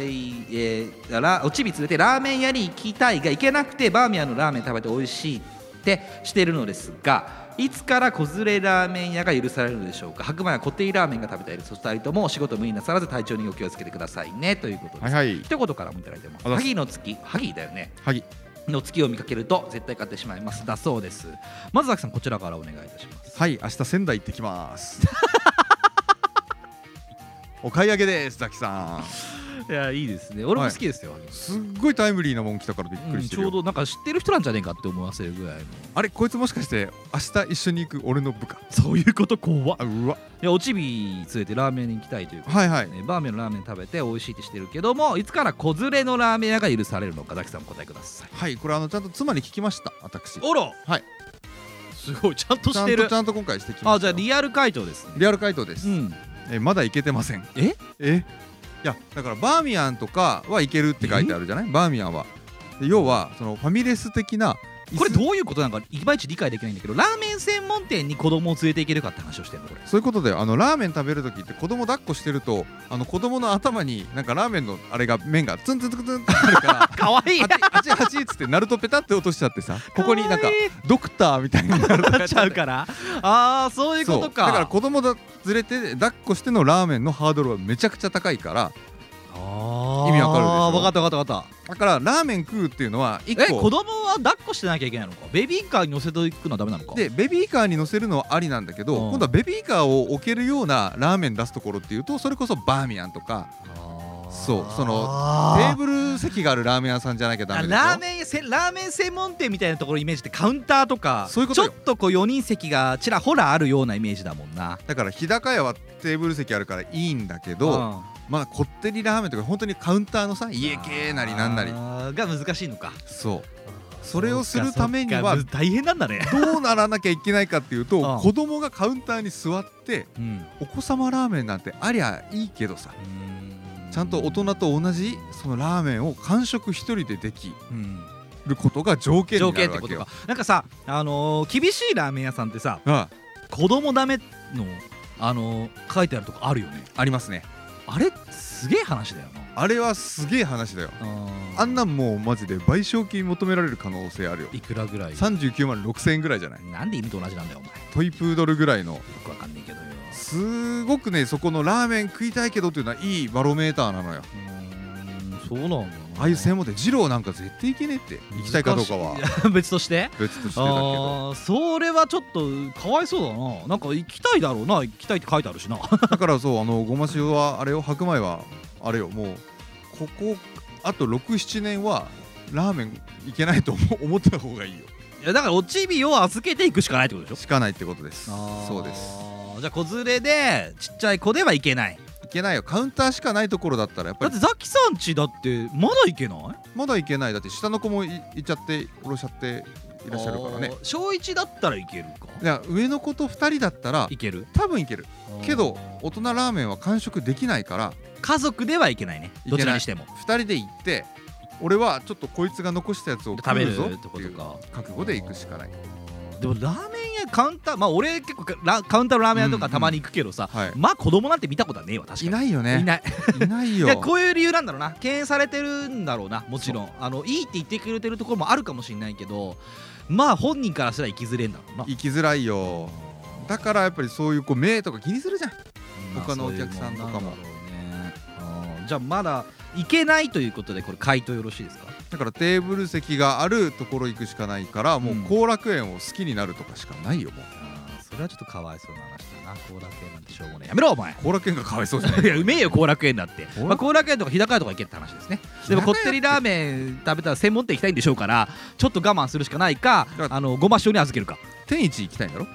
Speaker 2: ーラおちび連れてラーメン屋に行きたいが行けなくてバーミヤンのラーメン食べて美味しいってしてるのですがいつから子連れラーメン屋が許されるのでしょうか白米は固定ラーメンが食べたいですお二人ともお仕事無理なさらず体調にお気をつけてくださいねということです、
Speaker 1: はいはい
Speaker 2: 一言からもいただいてま
Speaker 1: あ
Speaker 2: す
Speaker 1: ざっす
Speaker 2: 萩の月萩だよね
Speaker 1: 萩
Speaker 2: の月を見かけると絶対買ってしまいますだそうですまずザキさんこちらからお願いいたします
Speaker 1: はい明日仙台行ってきます お買い上げですザキさん
Speaker 2: いやいいですね俺
Speaker 1: も好
Speaker 2: きですよ、
Speaker 1: すっごいタイムリーなもん来たからびっくりして
Speaker 2: ち
Speaker 1: る
Speaker 2: ょ
Speaker 1: よ、
Speaker 2: うどなんか知ってる人なんじゃねえかって思わせるぐらいの
Speaker 1: あれこいつもしかして明日一緒に行く俺の部下
Speaker 2: そういうこと怖っ
Speaker 1: あうわ
Speaker 2: いやおちび連れてラーメンに行きたいということ
Speaker 1: はいはい
Speaker 2: で、ねバーメンのラーメン食べて美味しいってしてるけどもいつから子連れのラーメン屋が許されるのかザキさんお答えください
Speaker 1: はいこれあのちゃんと妻に聞きました私
Speaker 2: おら
Speaker 1: はい
Speaker 2: すごいちゃんと
Speaker 1: ち
Speaker 2: し
Speaker 1: ゃ
Speaker 2: て
Speaker 1: んと
Speaker 2: る
Speaker 1: ちゃんと今回してきました
Speaker 2: あじゃあリアル回答ですね
Speaker 1: リアル回答です、
Speaker 2: うん
Speaker 1: えまだ行けてません
Speaker 2: え
Speaker 1: えいやだからバーミヤンとかは行けるって書いてあるじゃないバーミヤンはで要はそのファミレス的な椅子
Speaker 2: これどういうことなんかいまいち理解できないんだけどラーメン専門店に子供を連れていけるかって話をしてるのこれ
Speaker 1: そういうことであのラーメン食べるときって子供抱っこしてるとあの子供の頭になんかラーメンのあれが麺がツンツンツンツンってなるから
Speaker 2: かわいい
Speaker 1: あっちあっちあっちっつってナルトペタって落としちゃってさここになんか
Speaker 2: いい
Speaker 1: ドクターみたいになると
Speaker 2: なっちゃう からああそういうことか
Speaker 1: だから子供だ連れて抱っこしてのラーメンのハードルはめちゃくちゃ高いから
Speaker 2: あー
Speaker 1: 意味わかるでしょ
Speaker 2: わかったわかったわかっ
Speaker 1: だからラーメン食うっていうのは
Speaker 2: たえ
Speaker 1: 1
Speaker 2: 子
Speaker 1: 個
Speaker 2: 供は抱っこしてなきゃいけないのかベビーカーに乗せていくのはダメなのか
Speaker 1: でベビーカーに乗せるのはありなんだけど、
Speaker 2: うん
Speaker 1: 今度はベビーカーを置けるようなラーメン出すところっていうとそれこそバーミヤンとかそうそのテー
Speaker 2: の
Speaker 1: ブル席があるラーメン屋さんじゃなきゃダメでしょ
Speaker 2: ラーメンせラーメン専門店みたいなところイメージってカウンターとか
Speaker 1: そういうことよ
Speaker 2: ちょっとこう4人席がちらほらあるようなイメージだもんな
Speaker 1: だから日高屋はテーブル席あるからいいんだけど、
Speaker 2: うん
Speaker 1: まあこってりラーメンとか本当にカウンターのさ家系なりなんなり
Speaker 2: あーが難しいのか
Speaker 1: そうそれをするためには
Speaker 2: そっかそっか大変なんだね、
Speaker 1: どうならなきゃいけないかっていうと、
Speaker 2: うん
Speaker 1: 子供がカウンターに座って
Speaker 2: うん、
Speaker 1: お子様ラーメンなんてありゃいいけどさちゃんと大人と同じそのラーメンを完食一人ででき
Speaker 2: うん
Speaker 1: ることが条件
Speaker 2: 条
Speaker 1: にな
Speaker 2: 件
Speaker 1: る
Speaker 2: って
Speaker 1: わ
Speaker 2: こ
Speaker 1: け
Speaker 2: と
Speaker 1: よ
Speaker 2: か。なんかさあのー厳しいラーメン屋さんってさ
Speaker 1: あ
Speaker 2: 子供ダメのあのー書いてあるとこあるよね
Speaker 1: ありますね
Speaker 2: あれすげえ話だよな
Speaker 1: あれはすげえ話だよあ
Speaker 2: あ
Speaker 1: んなんもうマジで賠償金求められる可能性あるよ
Speaker 2: いくらぐらい
Speaker 1: 39万6000円ぐらいじゃない
Speaker 2: なんで犬と同じなんだよお前よ
Speaker 1: トイプードルぐらいの
Speaker 2: くわかんねえけどよ
Speaker 1: すごくねそこのラーメン食いたいけどっていうのはいいバロメーターなのよ
Speaker 2: うーんそうなんだな
Speaker 1: ああいう専門店二郎なんか絶対行けねえって行きたいかどうかは
Speaker 2: 難しい別として
Speaker 1: 別としてだけど
Speaker 2: あーそれはちょっとかわいそうだななんか行きたいだろうな行きたいって書いてあるしな
Speaker 1: だからそうあのごま塩はあれよ白米はあれよもうここあと67年はラーメンいけないと思思った方がいいよ
Speaker 2: いやだからおちびを預けていくしかないってことでしょ
Speaker 1: しかないってことです
Speaker 2: あー
Speaker 1: そうです
Speaker 2: じゃあ子連れでちっちゃい子ではいけない
Speaker 1: いけないよカウンターしかないところだったらやっぱ
Speaker 2: だっ
Speaker 1: り
Speaker 2: てザキさんちだってまだ行けない
Speaker 1: まだいけないだって下の子もいいっちゃっておろしちゃっていらっしゃるからね
Speaker 2: あー小一だったらいけるか
Speaker 1: いや上の子と2人だったら
Speaker 2: いける
Speaker 1: 多分いけるけど大人ラーメンは完食できないから
Speaker 2: 家族ではいけないね
Speaker 1: いけない
Speaker 2: どちらにしても
Speaker 1: 2人で行って俺はちょっとこいつが残したやつを
Speaker 2: 食
Speaker 1: 食べ
Speaker 2: べる
Speaker 1: るぞ
Speaker 2: っ
Speaker 1: ってて
Speaker 2: こ
Speaker 1: い
Speaker 2: と
Speaker 1: う
Speaker 2: か
Speaker 1: 覚悟で行くしかない
Speaker 2: でもラーメン屋カウンターまあ俺結構ラカウンターのラーメン屋とかたまに行くけどさ、
Speaker 1: はい
Speaker 2: まあ子供なんて見たことはねえわ確か
Speaker 1: い
Speaker 2: に
Speaker 1: ないよね
Speaker 2: いない
Speaker 1: いない
Speaker 2: い
Speaker 1: よ
Speaker 2: やこういう理由なんだろうな敬遠されてるんだろうなもちろんあのいいって言ってくれてるところもあるかもしれないけどまあ本人からしたら生きづれえんだろうな
Speaker 1: 行きづらいよだからやっぱりそういうこう目とか気にするじゃん
Speaker 2: まあ
Speaker 1: 他のお客さんとかも
Speaker 2: そういうもんなんだろうねうんじゃあまだ行けないということでこれ回答よろしいですか
Speaker 1: だからテーブル席があるところ行くしかないからもううん後楽園を好きになるとかしかないよもう
Speaker 2: あーそれはちょっとかわいそうな話だな後楽園なんてしょうもないやめろお前
Speaker 1: 後楽園がかわいそうじゃない
Speaker 2: いやうめえよ後楽園だって
Speaker 1: ほら
Speaker 2: まあ後楽園とか日高屋とか行けって話ですねでもこってりラーメン食べたら専門店行きたいんでしょうからちょっと我慢するしかないか
Speaker 1: だ
Speaker 2: あのごま塩に預けるか
Speaker 1: 天一行きたいんだろで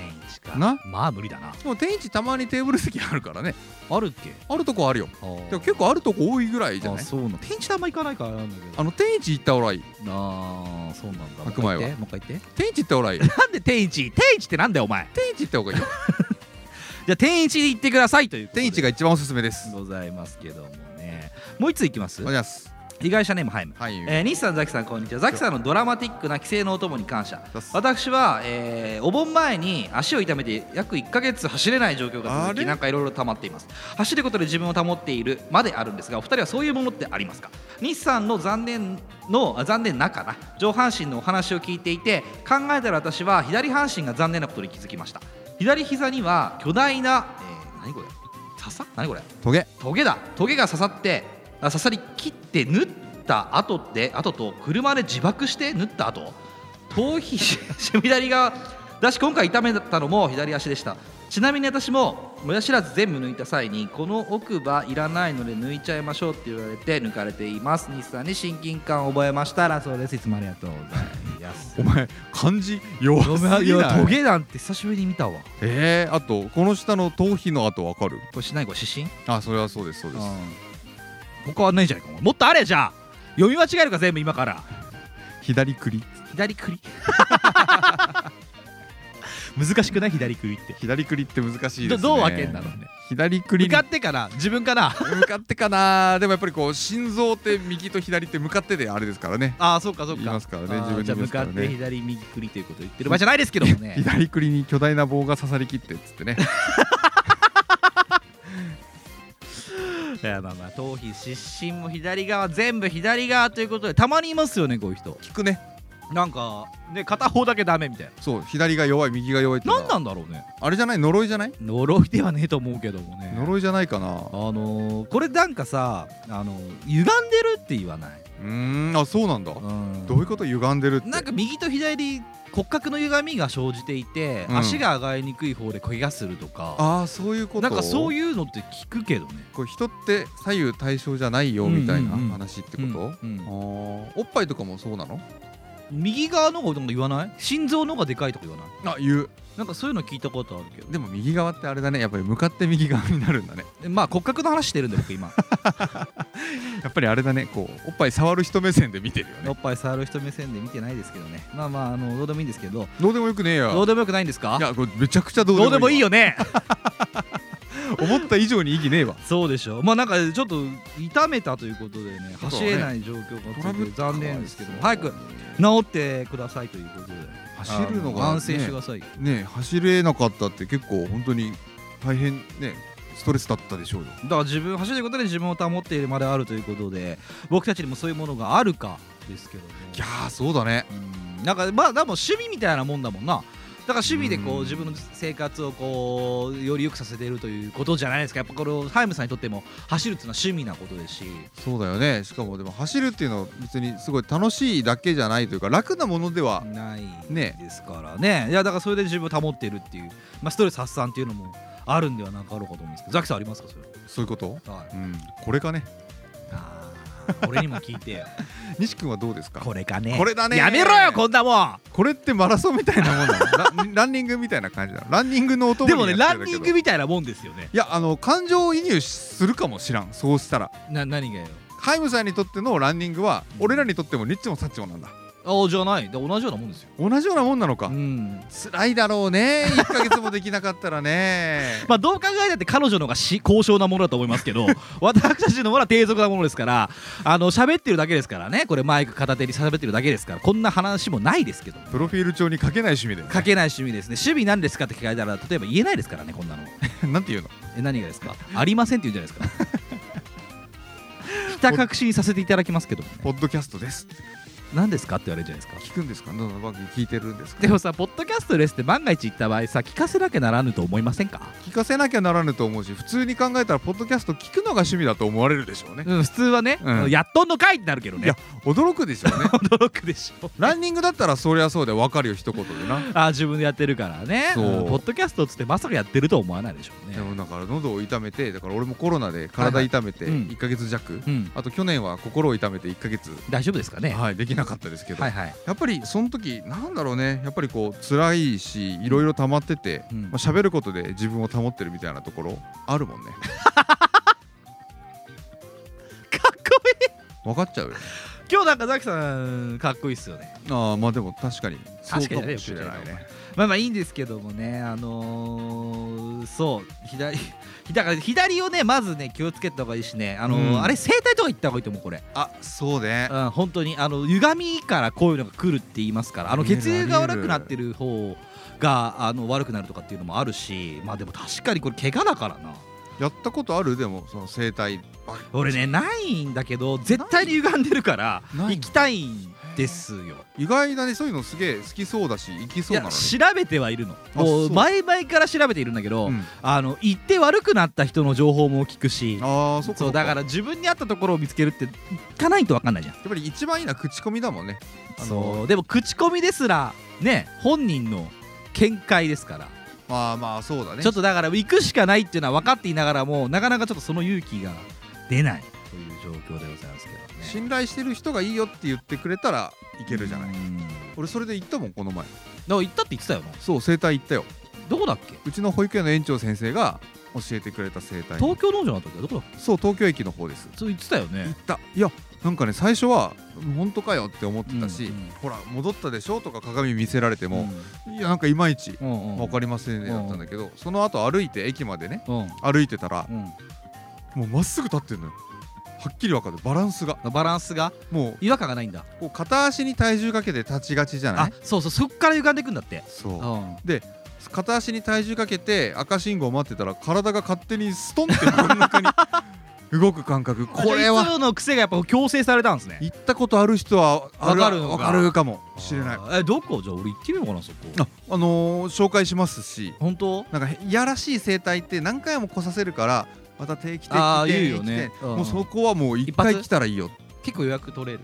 Speaker 2: 天一か
Speaker 1: な
Speaker 2: まあ無理だな
Speaker 1: も天一たまにテーブル席あるからね
Speaker 2: あるっけ
Speaker 1: あるとこあるよでも結構あるとこ多いぐらいじゃない
Speaker 2: あそうなの天一あんま行かないからあれなんだけど
Speaker 1: あの天一行ったおらいい
Speaker 2: あーそうなんだ
Speaker 1: 白米は
Speaker 2: もう一回言ってもう一回言って
Speaker 1: 天一行ったおらいい
Speaker 2: なんで天一天一ってなんだよお前
Speaker 1: 天一行った方 がいいよ
Speaker 2: じゃあ天一に行ってくださいということで
Speaker 1: 天一が一番おすすめです
Speaker 2: ございますけどもねもう一ついきます
Speaker 1: お願いします
Speaker 2: 被害者ネームハイム
Speaker 1: はい
Speaker 2: えー、西さん、ザキさん、こんにちは。ザキさんのドラマティックな帰省のお供に感謝
Speaker 1: ざっす。
Speaker 2: 私は、えーお盆前に足を痛めて約1ヶ月走れない状況が
Speaker 1: あ
Speaker 2: 続
Speaker 1: れ
Speaker 2: き、なんかいろいろ溜まっています。走ることで自分を保っているまであるんですが、お二人はそういうものってありますか西さんの残念の、あ残念なかな、上半身のお話を聞いていて、考えたら私は左半身が残念なことに気づきました。左膝には巨大な、えー何これ笹何これ
Speaker 1: トゲ
Speaker 2: トゲだトゲが刺さってあ刺さり切って縫った後で後と車で自爆して縫った後頭皮 左側だし今回痛めたのも左足でしたちなみに私ももやしらず全部抜いた際にこの奥歯いらないので抜いちゃいましょうって言われて抜かれています西さんに親近感を覚えましたらそうですいつもありがとうご ざいます
Speaker 1: お前漢字弱す
Speaker 2: い
Speaker 1: ぎ
Speaker 2: や
Speaker 1: な
Speaker 2: ト
Speaker 1: い
Speaker 2: ゲなんて久しぶりに見たわ
Speaker 1: えー、あとこの下の頭皮の跡わかる
Speaker 2: これしないこれ指針
Speaker 1: あそれはそうですそうです
Speaker 2: うん他はないじゃないかお前もっとあれじゃあ読み間違えるか全部今から
Speaker 1: 左栗
Speaker 2: 左クリ難しくない左クリって
Speaker 1: 左栗って難しいですね
Speaker 2: どどう分けんだろうね
Speaker 1: 左栗
Speaker 2: 向
Speaker 1: に
Speaker 2: かってから自分かな
Speaker 1: 向かってかなでもやっぱりこう心臓って右と左って向かってであれですからね
Speaker 2: ああそうかそうか
Speaker 1: 言いますからね
Speaker 2: あー
Speaker 1: 自分で
Speaker 2: じゃあ
Speaker 1: 言いま
Speaker 2: 向
Speaker 1: すか
Speaker 2: からっ
Speaker 1: ね
Speaker 2: て左右クリということを言ってる場合じゃないですけどもね
Speaker 1: 左栗に巨大な棒が刺さりきってっつって ね
Speaker 2: いやまあまあ頭皮失神も左側全部左側ということでたまにいますよねこういう人
Speaker 1: 聞くね
Speaker 2: なんかね片方だけダメみたい
Speaker 1: そう左が弱い右が弱いって
Speaker 2: な
Speaker 1: のは
Speaker 2: 何なんだろうね
Speaker 1: あれじゃない呪いじゃない
Speaker 2: 呪いではねえと思うけどもね
Speaker 1: 呪いじゃないかな
Speaker 2: あのー、これなんかさ、あのー、歪んでるって言わないう
Speaker 1: ーんあそうなんだ
Speaker 2: うん
Speaker 1: どういうこと歪んでるって
Speaker 2: なんか右と左骨格の歪みが生じていて、
Speaker 1: うん
Speaker 2: 足が上がりにくい方で怪我するとか
Speaker 1: ああそういうこと
Speaker 2: なんかそう
Speaker 1: いう
Speaker 2: いうのって聞くけどね
Speaker 1: こう人って左右対称じゃないよみたいな
Speaker 2: うんうんうん
Speaker 1: 話ってこと、
Speaker 2: うんうん
Speaker 1: あーおっぱいとかもそうなの
Speaker 2: 右側の方がなんか言わない心臓の方がでかいとか言わない
Speaker 1: あ言う
Speaker 2: なんかそういうの聞いたことあるけど
Speaker 1: でも右側ってあれだねやっぱり向かって右側になるんだね
Speaker 2: でまあ骨格の話してるんで僕 今
Speaker 1: やっぱりあれだねこうおっぱい触る人目線で見てるよ
Speaker 2: おっ
Speaker 1: ね
Speaker 2: ぱい触る人目線で見てないですけどねまあまああのどうでもいいんですけど
Speaker 1: どうでもよくねえや
Speaker 2: どうでもよくないんですか
Speaker 1: いやこれめちゃくちゃどうで
Speaker 2: ど
Speaker 1: も
Speaker 2: うでもいい
Speaker 1: よ
Speaker 2: よね
Speaker 1: 思った以上に意義ねえわ
Speaker 2: そうでしょまあなんかちょっと痛めたということでね
Speaker 1: そうだね
Speaker 2: 走れない状況が続いて残念ですけど早く
Speaker 1: ね
Speaker 2: 治ってくださいということで
Speaker 1: 走るのが
Speaker 2: あ
Speaker 1: ね
Speaker 2: 安静してくださいよ
Speaker 1: え走れなかったって結構本当に大変ねストレスだったでしょうよ
Speaker 2: だから自分走ることで自分を保っているまであるということで僕たちにもそういうものがあるかですけどね
Speaker 1: いやーそうだね
Speaker 2: うんなんかまあでも趣味みたいなもんだもんなだから趣味でこ
Speaker 1: うん
Speaker 2: う自分の生活をこうより良くさせているということじゃないですかやっぱこれをハイムさんにとっても走るっていうのは趣味なことですし
Speaker 1: そうだよねしかもでも走るっていうのは別にすごい楽しいだけじゃないというか楽なものでは
Speaker 2: ない
Speaker 1: ね
Speaker 2: ですからねいやだからそれで自分を保っているっていう、まあ、ストレス発散っていうのもあるんではなかろうかと思うんですけどザキさんありますかそれ
Speaker 1: そういうこと
Speaker 2: は
Speaker 1: う
Speaker 2: い
Speaker 1: んこれかね
Speaker 2: あ俺にも聞いてよ
Speaker 1: 西君はどうですか
Speaker 2: これかね
Speaker 1: これだね
Speaker 2: やめろよこんなもん
Speaker 1: これってマラソンみたいなもんな のランランニングみたいな感じなのランニングの音
Speaker 2: でもねランニングみたいなもんですよね
Speaker 1: いやあの感情移入するかもしらんそうしたら
Speaker 2: な何がよ
Speaker 1: ハイムさんにとってのランニングは俺らにとってもリッチもサッチもなんだ
Speaker 2: あじゃないで同じようなもんですよ
Speaker 1: 同じようなもんなのか、
Speaker 2: うん
Speaker 1: 辛いだろうね1ヶ月もできなかったらね
Speaker 2: まあどう考えたって彼女の方がし高尚なものだと思いますけど私たちのものは低俗なものですからあの喋ってるだけですからねこれマイク片手に喋ってるだけですからこんな話もないですけど
Speaker 1: プロフィール帳に書けない趣味だよ
Speaker 2: 書
Speaker 1: ね
Speaker 2: けない趣味ですね趣味何ですかって聞かれたら例えば言えないですからねこんなの
Speaker 1: なんていうの
Speaker 2: え何がですかありませんって言うんじゃないですか ひた隠しにさせていただきますけどもね
Speaker 1: ポッドキャストです
Speaker 2: 何ですかって言われるじゃないですか
Speaker 1: 聞くんですかどの番組聞いてるんですか
Speaker 2: でもさポッドキャストですって万が一言った場合さ聞かせなきゃならぬと思いませんか
Speaker 1: 聞かせなきゃならぬと思うし普通に考えたらポッドキャスト聞くのが趣味だと思われるでしょうね、
Speaker 2: うん、普通はね、
Speaker 1: うん
Speaker 2: やっとんのかいってなるけど
Speaker 1: い
Speaker 2: ね
Speaker 1: や驚くでしょうね
Speaker 2: 驚くでしょ
Speaker 1: ランニングだったらそりゃそうで分かるよ一言でな
Speaker 2: あー自分でやってるからね
Speaker 1: そう
Speaker 2: うんポッドキャストっつってまさかやってるとは思わないでしょうね
Speaker 1: でもだから喉を痛めてだから俺もコロナで体痛めて
Speaker 2: はいはいうん
Speaker 1: 1ヶ月弱、
Speaker 2: うん
Speaker 1: あと去年は心を痛めて1ヶ月、
Speaker 2: 大丈夫ですかねは
Speaker 1: はい、できなかったですけど、
Speaker 2: いはい
Speaker 1: やっぱりその時なんだろうねやっぱりこう辛いしいろいろ溜まってて、
Speaker 2: うん
Speaker 1: まあ喋ることで自分を保ってるみたいなところあるも んね
Speaker 2: かっこいい
Speaker 1: 分かっちゃうよ
Speaker 2: 今日なんかザキさんかっこいいっすよね
Speaker 1: ああまあでも確かにそうか
Speaker 2: 確かにね
Speaker 1: もしれないね
Speaker 2: まあまあいいんですけどもねあのー、そう左 だから左をねまずね気をつけた方がいいしねあのー
Speaker 1: うん
Speaker 2: あれ整体とか行った方がいいと思うこれ
Speaker 1: あそうね
Speaker 2: うん、本当にあの歪みからこういうのが来るって言いますからあの
Speaker 1: 見える
Speaker 2: 血流が悪くなってる方があの悪くなるとかっていうのもあるしまあでも確かにこれ怪我だからな
Speaker 1: やったことあるでもその整体あ
Speaker 2: 俺ねないんだけど絶対に歪んでるから
Speaker 1: ない
Speaker 2: 行きたいんですよ
Speaker 1: 意外だねそういうのすげえ好きそうだし行き
Speaker 2: い
Speaker 1: そうなの
Speaker 2: や
Speaker 1: に
Speaker 2: 調べてはいるのも
Speaker 1: そう
Speaker 2: う前々から調べているんだけど、
Speaker 1: うん
Speaker 2: あの行って悪くなった人の情報も聞くし
Speaker 1: ああそっか
Speaker 2: そうだから
Speaker 1: や
Speaker 2: 自分に合ったところを見つけるって行かないと分かんないじゃん
Speaker 1: っぱり一番いいのは口コミだもんねあ
Speaker 2: そ
Speaker 1: の
Speaker 2: うでも口コミですらね本人の見解ですから、
Speaker 1: まあまあそうだね
Speaker 2: ちょっとだから行くしかないっていうのは分かっていながらもなかなかちょっとその勇気が出ないという状況でございますけどね
Speaker 1: 信頼してる人がいいよって言ってくれたらいけるじゃない、
Speaker 2: うんだか
Speaker 1: 俺それで行ったもんこの前
Speaker 2: ら行ったって言ってたよな
Speaker 1: そう整体行ったよ
Speaker 2: どこだっけ
Speaker 1: うちの保育園の園長先生が教えてくれた生態
Speaker 2: 東京農場の時はどこだっけ
Speaker 1: そう東京駅の方です
Speaker 2: そう言ってたよ
Speaker 1: 行っ
Speaker 2: ね
Speaker 1: たいやなんかね最初は本当かよって思ってたし、
Speaker 2: うんうん
Speaker 1: ほら戻ったでしょとか鏡見せられても、
Speaker 2: う
Speaker 1: いやなんかいまいち
Speaker 2: んうんうん
Speaker 1: 分かりませんね
Speaker 2: う
Speaker 1: だ
Speaker 2: ん
Speaker 1: ったんだけど、その後歩いて駅までね
Speaker 2: うん
Speaker 1: 歩いてたら
Speaker 2: うん
Speaker 1: もうまっすぐ立ってんのよはっきり分かるバランスが
Speaker 2: バランスが
Speaker 1: も
Speaker 2: 違和感がないんだ
Speaker 1: うこう片足に体重かけて立ちがちじゃな
Speaker 2: あ
Speaker 1: い
Speaker 2: そうそうそっから歪んでいくんだって
Speaker 1: そう
Speaker 2: うん
Speaker 1: 片足に体重かけて赤信号を待ってたら体が勝手にストンって真ん中に 動く感覚これ
Speaker 2: い
Speaker 1: は
Speaker 2: つもの癖がやっぱ強制されたんですね
Speaker 1: 行ったことある人はあ
Speaker 2: わかるのか
Speaker 1: わかるかもしれないあ
Speaker 2: あーえどこじゃあ俺行ってみようかなそこ
Speaker 1: あのー紹介しますし
Speaker 2: 本当
Speaker 1: なんかへいやらしい生態って何回も来させるからまた定期的
Speaker 2: あー
Speaker 1: に定
Speaker 2: 言うよ
Speaker 1: 期的
Speaker 2: ね
Speaker 1: に
Speaker 2: うん
Speaker 1: もうそこはもう一回
Speaker 2: 一
Speaker 1: 来
Speaker 2: 発
Speaker 1: たらいいよ
Speaker 2: 結構予約取れる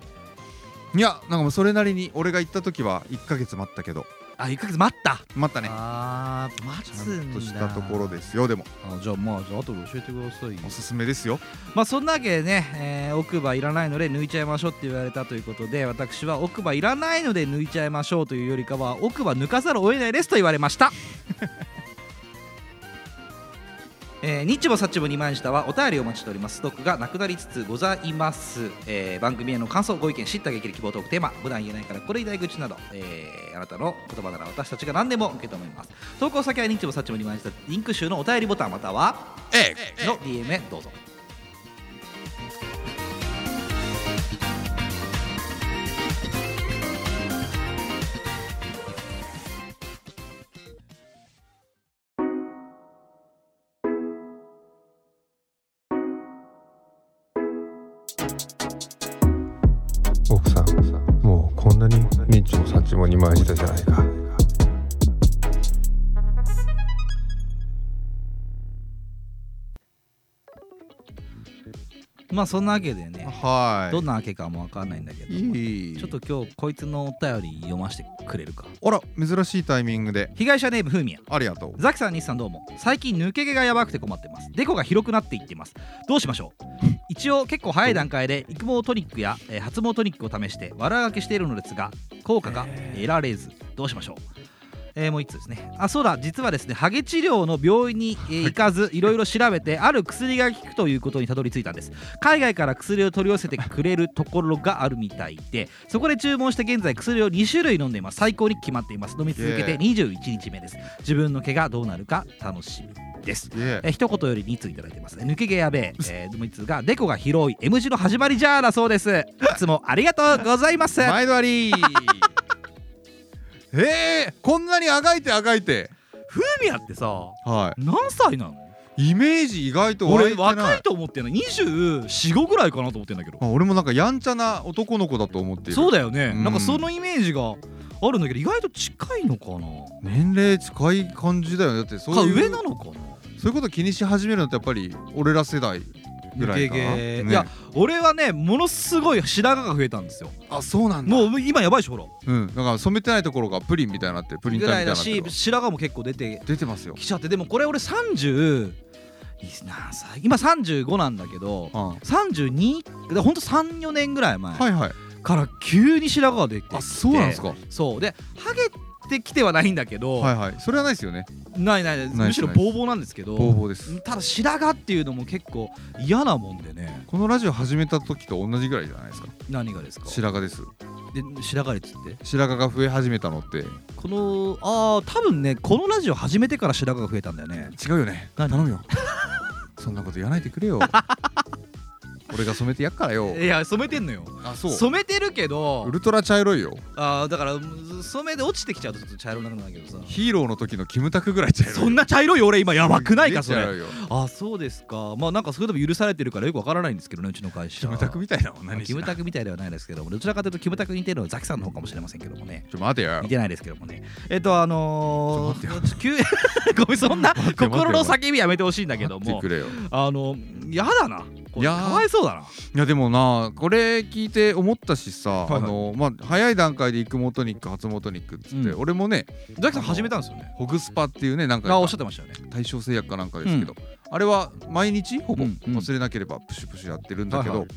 Speaker 1: いやなんかもうそれなりに俺が行った時は1ヶ月待ったけど
Speaker 2: あ1ヶ月待った
Speaker 1: 待ったね
Speaker 2: あー待
Speaker 1: ち
Speaker 2: つ
Speaker 1: ゃ
Speaker 2: ん
Speaker 1: んと
Speaker 2: だ
Speaker 1: したところですよでも
Speaker 2: あじゃあまあじゃあ後で教えてくださいよ
Speaker 1: おすすめですよ
Speaker 2: まあそんなわけでね、えー奥歯いらないので抜いちゃいましょうって言われたということで私は奥歯いらないので抜いちゃいましょうというよりかは奥歯抜かざるを得ないですと言われましたえー、ニッチもサッチも二枚下はお便りをお待ちしておりますストックがなくなりつつございます、えー番組への感想ご意見知った激励希望トークテーマ普段言えないからこれ以外口など、えーあなたの言葉なら私たちが何でも受け止めます投稿先はニッチもサッチも二枚下リンク集のお便りボタンまたはの DM へどうぞ
Speaker 3: 奥さんもうこんなにニッチもサッチも二枚舌じゃないか
Speaker 2: まあそんなわけでね
Speaker 1: はい
Speaker 2: どんなわけかもわかんないんだけど
Speaker 1: いい
Speaker 2: ちょっと今日こいつのお便り読ませてくれるか
Speaker 1: あら珍しいタイミングで
Speaker 2: 被害者ネームふみや
Speaker 1: ありがとう
Speaker 2: ザキさん西さんどうも最近抜け毛がやばくて困ってますデコが広くなっていってますどうしましょ う一応結構早い段階で育毛トニックや、えー発毛トニックを試して悪あがけしているのですが効果が得られずどうしましょうえーもう一つですねあそうだ実はですねハゲ治療の病院に、えー行かずいろいろ調べてある薬が効くということにたどり着いたんです海外から薬を取り寄せてくれるところがあるみたいでそこで注文して現在薬を2種類飲んでいます最高に決まっています飲み続けて21日目です自分の毛がどうなるか楽しみです
Speaker 1: いえ
Speaker 2: えー一言より2通いただいてます抜け毛やべええーもう一通がデコが広い M 字の始まりじゃあだそうですいつもありがとうございます
Speaker 1: 毎度あ りえー、こんなにあがいてあがいて
Speaker 2: ふみやってさ
Speaker 1: は
Speaker 2: 何歳なの
Speaker 1: いイメージ意外と湧いて
Speaker 2: 俺
Speaker 1: ない
Speaker 2: 若いと思ってんの245ぐらいかなと思ってんだけど
Speaker 1: あ俺もなんかやんちゃな男の子だと思っている
Speaker 2: そうだよね、
Speaker 1: うん
Speaker 2: なんかそのイメージがあるんだけど意外と近いのかな
Speaker 1: 年齢近い感じだよねだってそう
Speaker 2: か
Speaker 1: いう
Speaker 2: 上なのかな
Speaker 1: そういうこと気にし始めるのってやっぱり俺ら世代ぐらいかな、
Speaker 2: 抜け毛
Speaker 1: ね
Speaker 2: いや俺はねものすごい白髪が増えたんですよ
Speaker 1: あそうなんだ
Speaker 2: もう今やばいでしょほら
Speaker 1: うんだから染めてないところがプリンみたいになってプリン
Speaker 2: ぐ
Speaker 1: ターみたい
Speaker 2: らい
Speaker 1: にな
Speaker 2: だ
Speaker 1: って
Speaker 2: し
Speaker 1: る
Speaker 2: 白髪も結構出て
Speaker 1: 出てますよ
Speaker 2: きちゃってでもこれ俺30いいっすなさ今35なんだけど
Speaker 1: うんは
Speaker 2: 32でほんと34年ぐらい前
Speaker 1: いはい
Speaker 2: から急に白髪ができて
Speaker 1: あそうなんですか
Speaker 2: そうでハゲてきてはないんだけど、
Speaker 1: はいはいそれはないですよね
Speaker 2: ないないない
Speaker 1: ない
Speaker 2: むしろ
Speaker 1: ない
Speaker 2: ボーボーなんですけど
Speaker 1: ボーボーです
Speaker 2: ただ白髪っていうのも結構嫌なもんでね
Speaker 1: このラジオ始めた時と同じぐらいじゃないですか
Speaker 2: 何がですか
Speaker 1: 白髪です
Speaker 2: で白髪率って
Speaker 1: 白髪が増え始めたのって違
Speaker 2: このあー多分ねこのラジオ始めてから白髪が増えたんだよね
Speaker 1: うよね
Speaker 2: 何
Speaker 1: 頼むよ そんなこと言わないでくれ よ俺が染めてやっからよ
Speaker 2: いや染めてんのよ
Speaker 1: あそう
Speaker 2: 染めてるけど
Speaker 1: ウルトラ茶色いよ
Speaker 2: あーだから染めで落ちてきちゃうとちょっと茶色になるんだけどさ
Speaker 1: ヒーローの時のキムタクぐらい茶色い
Speaker 2: そんな茶色い俺今やばくないかそ
Speaker 1: めっちゃ
Speaker 2: れ
Speaker 1: やばいよ
Speaker 2: あそうですかまあなんかそれでも許されてるからよくわからないんですけどねうちの会社
Speaker 1: キムタクみたいな女にし
Speaker 2: キ
Speaker 1: な
Speaker 2: ムタクみたいではないですけどもどちらかというとキムタクに似てるのはザキさんの方かもしれませんけどもね
Speaker 1: ちょ待てよ
Speaker 2: 似てないですけどもねえっとあの
Speaker 1: ちょ
Speaker 2: ー、急 ごめんそんな
Speaker 1: って待って
Speaker 2: 心の叫びやめてほしいんだけど
Speaker 1: 待って
Speaker 2: も
Speaker 1: くれよ
Speaker 2: あのやだなこれ
Speaker 1: いやー
Speaker 2: かわいそうだない
Speaker 1: やでもなこれ聞いて思ったしさ、
Speaker 2: いはい
Speaker 1: あのまあ、早い段階で育毛トニック発毛トニックっつって、
Speaker 2: うん
Speaker 1: 俺もね
Speaker 2: ザキさん始めたんですよね
Speaker 1: ホグスパっていうねなんか
Speaker 2: あおっしゃってましたよね
Speaker 1: 対象製薬かなんかですけど、あれは毎日ほぼ
Speaker 2: うんうん
Speaker 1: 忘れなければプシュプシュやってるんだけど、
Speaker 2: はいはい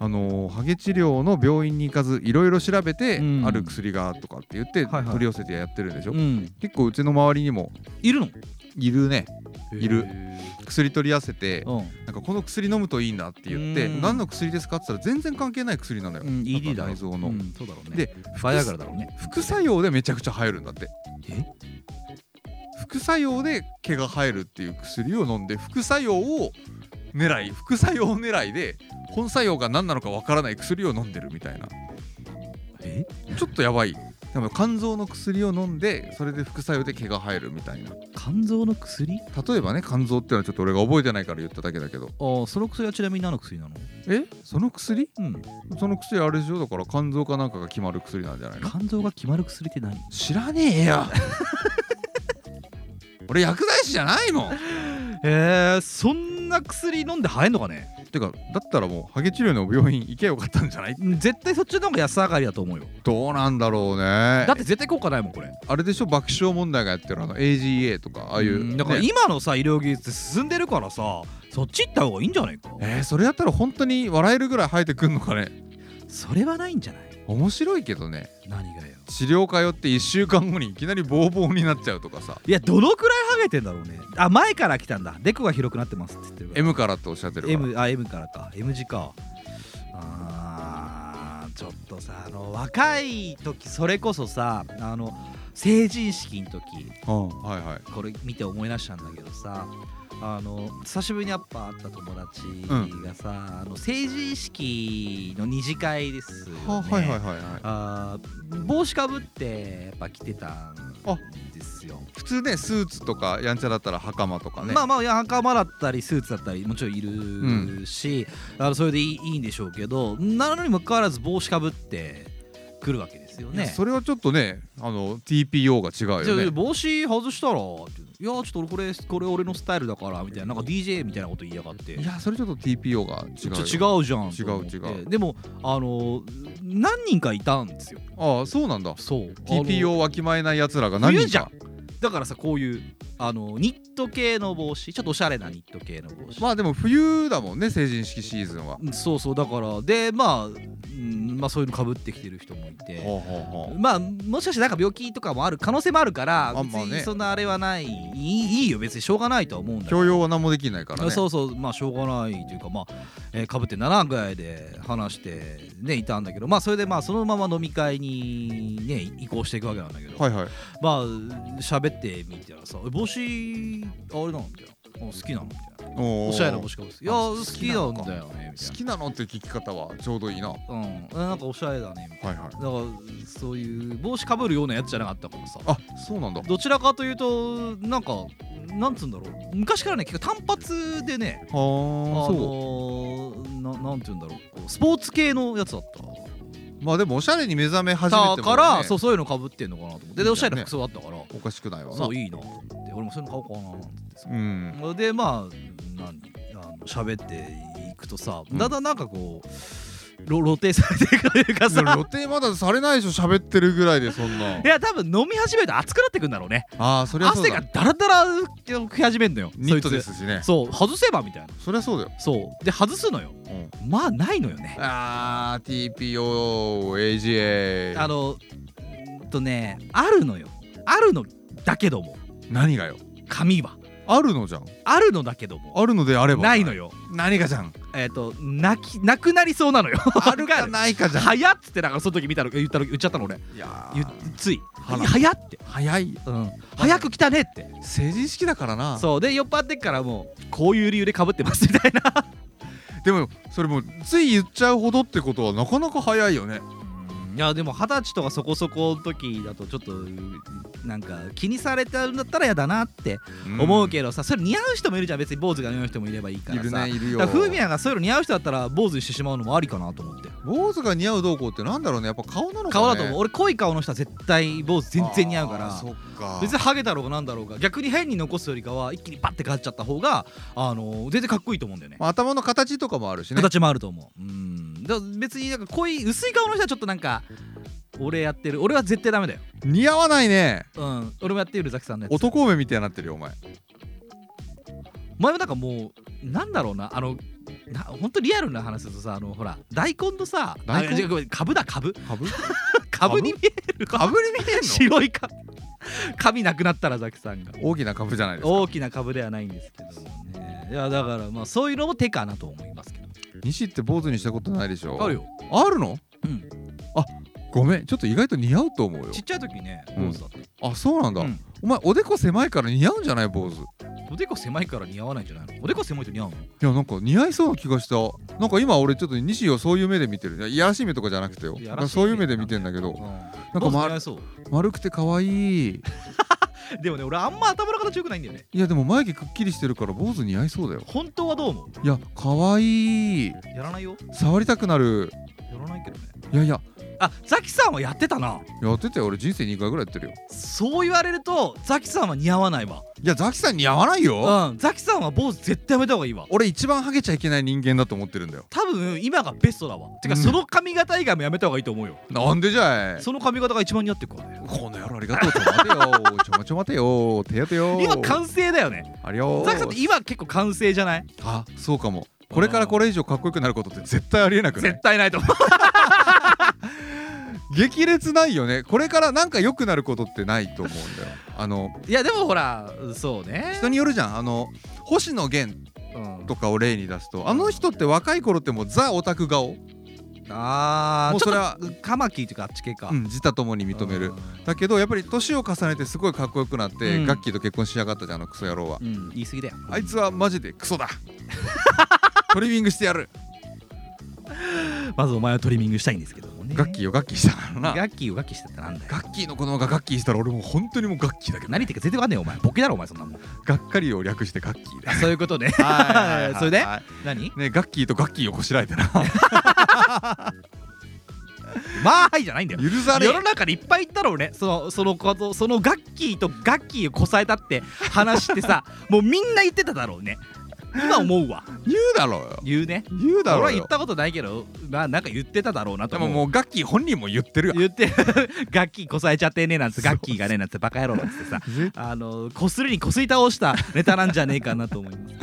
Speaker 1: あのーハゲ治療の病院に行かずいろいろ調べて、
Speaker 2: うん
Speaker 1: ある薬がとかって言って、
Speaker 2: はいはい
Speaker 1: 取り寄せてやってるでしょ、
Speaker 2: うん
Speaker 1: 結構うちの周りにも
Speaker 2: いるの
Speaker 1: いるねいる
Speaker 2: へー
Speaker 1: 薬取り寄せて
Speaker 2: うん
Speaker 1: なんかこの薬飲むといいんだって言って
Speaker 2: うん
Speaker 1: 何の薬ですかって言ったら全然関係ない薬なのよ、
Speaker 2: うん
Speaker 1: なんか
Speaker 2: ED だよ
Speaker 1: 内臓の、
Speaker 2: うんそうだろうね
Speaker 1: で
Speaker 2: バイアガラだろうね
Speaker 1: 副作用でめちゃくちゃ入るんだって
Speaker 2: え
Speaker 1: 副作用で毛が生えるっていう薬を飲んで副作用を狙い副作用狙いで本作用が何なのかわからない薬を飲んでるみたいな
Speaker 2: え
Speaker 1: ちょっとやばい多分肝臓の薬を飲んでそれで副作用で毛が生えるみたいな
Speaker 2: 肝臓の薬
Speaker 1: 例えばね肝臓ってのはちょっと俺が覚えてないから言っただけだけど
Speaker 2: ああその薬はちなみに何の薬なの
Speaker 1: えその薬
Speaker 2: うん
Speaker 1: その薬あれでしょだから肝臓かなんかが決まる薬なんじゃないの
Speaker 2: 肝臓が決まる薬って何
Speaker 1: 知らねえよ 俺薬剤師じゃないもん
Speaker 2: えー、そんな薬飲んで生えんのかね
Speaker 1: てかだったらもうハゲ治療の病院行けばよかったんじゃない
Speaker 2: うん絶対そっちの方が安上がりだと思うよ
Speaker 1: どうなんだろうね
Speaker 2: だって絶対効果ないもんこれ
Speaker 1: あれでしょ爆笑問題がやってるあの AGA とかああいう、
Speaker 2: んだから
Speaker 1: ね
Speaker 2: 今のさ医療技術進んでるからさそっち行った方がいいんじゃないか
Speaker 1: えーそれやったら本当に笑えるぐらい生えてくんのかね
Speaker 2: それはないんじゃない
Speaker 1: 面白いけどね
Speaker 2: 何がよ
Speaker 1: 治療通って1週間後にいきなりボーボーになっちゃうとかさ
Speaker 2: いやどのくらいハゲてんだろうねあ前から来たんだデコが広くなってますって言ってるから
Speaker 1: M からっておっしゃってるから、
Speaker 2: M あ M からか M 字かあーちょっとさあの若い時それこそさあの成人式の時
Speaker 1: うんはいはい
Speaker 2: これ見て思い出したんだけどさあの久しぶりにやっぱ会った友達がさ、あの成人式の二次会ですよ、ね
Speaker 1: ははいはいはいはい
Speaker 2: あー帽子かぶってやっぱ着てたんですよ、
Speaker 1: 普通ねスーツとかやんちゃだったら袴とかね、
Speaker 2: まあまあいや袴だったりスーツだったりもちろんいるし、あのそれでいいいいんでしょうけどなのにもかかわらず帽子かぶって来るわけですよね。
Speaker 1: それはちょっとねあの TPO が違う
Speaker 2: じゃ
Speaker 1: よ
Speaker 2: あ
Speaker 1: ね
Speaker 2: 帽子外したら「いやちょっと俺これこれ俺のスタイルだから」みたいななんか DJ みたいなこと言いやがって
Speaker 1: いやそれちょっと TPO が違
Speaker 2: ちょ
Speaker 1: う
Speaker 2: っと
Speaker 1: う
Speaker 2: 違うじゃんと思って
Speaker 1: 違う違う
Speaker 2: でもあのー何人かいたんですよ
Speaker 1: ああそうなんだ
Speaker 2: そう
Speaker 1: TPO わきまえないやつらが何人か
Speaker 2: 冬じゃんだからさこういうあのニット系の帽子ちょっとおしゃれなニット系の帽子、
Speaker 1: まあでも冬だもんね成人式シーズンは、
Speaker 2: うんそうそうだからでまあ、うんまあ、そういうのかぶってきてる人もいて
Speaker 1: ほうほうほう
Speaker 2: まあもしかしてなんか病気とかもある可能性もあるから
Speaker 1: あ
Speaker 2: 別
Speaker 1: まあね
Speaker 2: にそんなあれはない、いいいいよ別にしょうがないとは思うんだけど
Speaker 1: 教養は何もできないからね
Speaker 2: そうそうまあしょうがないというかまあ、えー、かぶって7ぐらいで話してねいたんだけどまあそれでまあそのまま飲み会にね移行していくわけなんだけど、
Speaker 1: はいはい
Speaker 2: まあ喋ってみたらさえ「帽子あれなの?」みたいなあ「好きなの?」みたいな「
Speaker 1: お
Speaker 2: おしゃれな帽
Speaker 1: 子
Speaker 2: 子かぶって「い
Speaker 1: あ
Speaker 2: や好
Speaker 1: 好
Speaker 2: き
Speaker 1: き
Speaker 2: な
Speaker 1: なの
Speaker 2: ん
Speaker 1: か
Speaker 2: だよね」みたい
Speaker 1: 好きなのって聞き方はちょうどいいなは
Speaker 2: な「うんえなんかおしゃれだね」みたい
Speaker 1: いはい
Speaker 2: なだからそういう帽子かぶるようなやつじゃなかったからさ
Speaker 1: あそうなんだは
Speaker 2: どちらかというとなんかなんつうんだろう昔からね結構単発でね
Speaker 1: あ
Speaker 2: あ
Speaker 1: そ
Speaker 2: のー、ななんて言うんだろうこうスポーツ系のやつだった
Speaker 1: うまあでもおしゃれに目覚め始めても、ね、
Speaker 2: だからそうそういうのかぶってんのかなと思ってで
Speaker 1: いいじゃんね
Speaker 2: おしゃれな服装だったから
Speaker 1: おかしくないわな
Speaker 2: そういいなと思って俺もそういうの買おうかななんつってさ
Speaker 1: うん
Speaker 2: でまあ何あの喋っていくとさ
Speaker 1: うん
Speaker 2: だんだんなんかこうろ露呈されていくというか
Speaker 1: いや
Speaker 2: さ
Speaker 1: 露呈まだされないでしょ喋ってるぐらいでそん ない
Speaker 2: や多分飲み始めると熱くなってくんだろうね
Speaker 1: ああそりゃそう
Speaker 2: 汗
Speaker 1: だ
Speaker 2: がダラダラ吹き始めんのよ
Speaker 1: ニット
Speaker 2: そい
Speaker 1: で
Speaker 2: つ
Speaker 1: すしね
Speaker 2: そう外せばみたいな
Speaker 1: そりゃそうだよ、
Speaker 2: そうで外すのよ
Speaker 1: うん、
Speaker 2: まあないのよね
Speaker 1: あー TPOAGA
Speaker 2: あのうんとねあるのよあるのだけども
Speaker 1: 何がよ
Speaker 2: 紙は
Speaker 1: あるのじゃん
Speaker 2: あるのだけども
Speaker 1: あるのであれば
Speaker 2: ないのよ
Speaker 1: 何がじゃん
Speaker 2: えっ、と泣きなくなりそうなのよあるが
Speaker 1: ないかじゃん
Speaker 2: 早っつってなんかその時見たの言ったの言っちゃったの俺
Speaker 1: いや
Speaker 2: ゆつい
Speaker 1: 腹
Speaker 2: 早って、
Speaker 1: 早い
Speaker 2: うん、早く来たねって
Speaker 1: 成人式だからな
Speaker 2: そうで酔っ払ってっからもうこういう理由でかぶってますみたいな
Speaker 1: でもそれもつい言っちゃうほどってことはなかなか早いよね
Speaker 2: いやでも二十歳とかそこそこの時だとちょっとなんか気にされてるんだったらやだなって思うけどさ、それ似合う人もいるじゃん別に坊主が似合う人もいればいいか
Speaker 1: い
Speaker 2: ら
Speaker 1: る
Speaker 2: さ
Speaker 1: ねいる
Speaker 2: だ
Speaker 1: よ
Speaker 2: からフーミヤがそういうの似合う人だったら坊主にしてしまうのもありかなと思って
Speaker 1: 坊主が似合うどうこうってなんだろうねやっぱ顔なのかね
Speaker 2: 顔だと思う俺濃い顔の人は絶対坊主全然似合うから
Speaker 1: あーそっか
Speaker 2: 別にハゲだろうがなんだろうが逆に変に残すよりかは一気にパッて変わっちゃった方が、あのー全然かっこいいと思うんだよね
Speaker 1: まあ頭の形とかもあるしね
Speaker 2: 形もあると思ううんだから別になんか濃い薄い顔の人はちょっとなんか俺やってる俺は絶対ダメだよ
Speaker 1: 似合わないね
Speaker 2: うん俺もやってるザキさんのやつ
Speaker 1: 男梅みたいになってるよお前
Speaker 2: 前もなんかもうなんだろうなあのな本当リアルな話するとさあのほら大根とさ
Speaker 1: 大根
Speaker 2: あ違うごめん株 だ株
Speaker 1: 株
Speaker 2: 株に見える
Speaker 1: 株に見えん の
Speaker 2: 白い株髪なくなったらザキさんが
Speaker 1: 大きな株じゃないですか
Speaker 2: 大きな株ではないんですけどねいやだからまあそういうのも手かなと思いますけど
Speaker 1: 西って坊主にしたことないでしょ
Speaker 2: あるよ
Speaker 1: あるの
Speaker 2: うん
Speaker 1: あごめんちょっと意外と似合うと思うよ
Speaker 2: ちっちゃい時ね
Speaker 1: うん
Speaker 2: 坊主だった、
Speaker 1: あそうなんだ、
Speaker 2: うん
Speaker 1: お前おでこ狭いから似合うんじゃない坊主い
Speaker 2: おでこ狭いから似合わないんじゃないのおでこ狭いと似合うの
Speaker 1: やなんか似合いそうな気がしたなんか今俺ちょっと西をそういう目で見てるいやいやらしい目とかじゃなくてよ
Speaker 2: いや
Speaker 1: なん
Speaker 2: ら
Speaker 1: か
Speaker 2: しい
Speaker 1: そういう目で見てんだけ
Speaker 2: うん
Speaker 1: ど
Speaker 2: な
Speaker 1: なんんか
Speaker 2: か似合
Speaker 1: ま
Speaker 2: いそ
Speaker 1: 丸くて可愛い
Speaker 2: うでもね俺あんま頭の形良くないんだよね
Speaker 1: いやでも眉毛くっきりしてるから坊主似合いそうだよ
Speaker 2: 本当はどう思う
Speaker 1: いや可愛い
Speaker 2: やらないよ
Speaker 1: 触りたくなる
Speaker 2: やらないけどね
Speaker 1: いやいや
Speaker 2: あザキさんはやってたな
Speaker 1: やってたよ俺人生2回ぐらいやってるよ
Speaker 2: そう言われるとザキさんは似合わないわ
Speaker 1: いやザキさん似合わないよ、
Speaker 2: うんザキさんは坊主絶対やめた方がいいわ
Speaker 1: 俺一番ハゲちゃいけない人間だと思ってるんだよ
Speaker 2: 多分今がベストだわてか
Speaker 1: うん
Speaker 2: その髪型以外もやめた方がいいと思うよ、
Speaker 1: なんでじゃい
Speaker 2: その髪型が一番似合ってるからね
Speaker 1: この野郎ありがとうちょ待てよちょまちょ待てよ手当てよ
Speaker 2: 今完成だよね
Speaker 1: ありよ
Speaker 2: ザキさんって今結構完成じゃない
Speaker 1: あそうかもこれからこれ以上かっこよくなることって絶対ありえなくない
Speaker 2: 絶対ないと思 う
Speaker 1: 激烈ないよねこれからなんか良くなることってないと思うんだよあの
Speaker 2: いやでもほらそうね
Speaker 1: 人によるじゃんあの星野源
Speaker 2: うん
Speaker 1: とかを例に出すとあの人って若い頃ってもうザオタク顔、
Speaker 2: あ
Speaker 1: もう
Speaker 2: ーち
Speaker 1: それ
Speaker 2: ょ
Speaker 1: は
Speaker 2: っとカマキリとかあっち系か、
Speaker 1: うん、自他ともに認めるだけどやっぱり年を重ねてすごいかっこよくなって、
Speaker 2: うん
Speaker 1: ガッキーと結婚しやがったじゃんあのクソ野郎は
Speaker 2: うん、うん言い過ぎだよ
Speaker 1: あいつはマジでクソ だトリミングしてやる
Speaker 2: まずお前はトリミングしたいんですけどもね
Speaker 1: ガッキーをガッキーしたからな
Speaker 2: ガッキーをガッキーしてたらなんだよ
Speaker 1: ガッキーの子供がガッキーしたら俺もう本当にもうガッキーだけど
Speaker 2: 何言ってるか全然わかんねえよお前ボケだろお前そんな もん
Speaker 1: がっかりを略してガッキーで
Speaker 2: そういうことね それで何
Speaker 1: ねガッキーとガッキーをこしらえてな
Speaker 2: まあはいじゃないんだよ
Speaker 1: 許さね
Speaker 2: 世の中でいっぱいいたろうねそのそのことそのガッキーとガッキーをこさえたって話ってさ もうみんな言ってただろうね今思うわ
Speaker 1: え言うだろうよ
Speaker 2: 言うね
Speaker 1: 言うだ
Speaker 2: 俺
Speaker 1: ろ
Speaker 2: は
Speaker 1: う
Speaker 2: 言っ
Speaker 1: よ
Speaker 2: たことないけどまあなんか言ってただろうな
Speaker 1: で
Speaker 2: と思
Speaker 1: も
Speaker 2: う
Speaker 1: もうガッキー本人も言ってるよ
Speaker 2: 言って ガッキーこさえちゃってねなんつってガッキーがねなんつってバカ野郎なんつってさ
Speaker 1: 絶
Speaker 2: あのこするにこすり倒したネタなんじゃねえかなと思います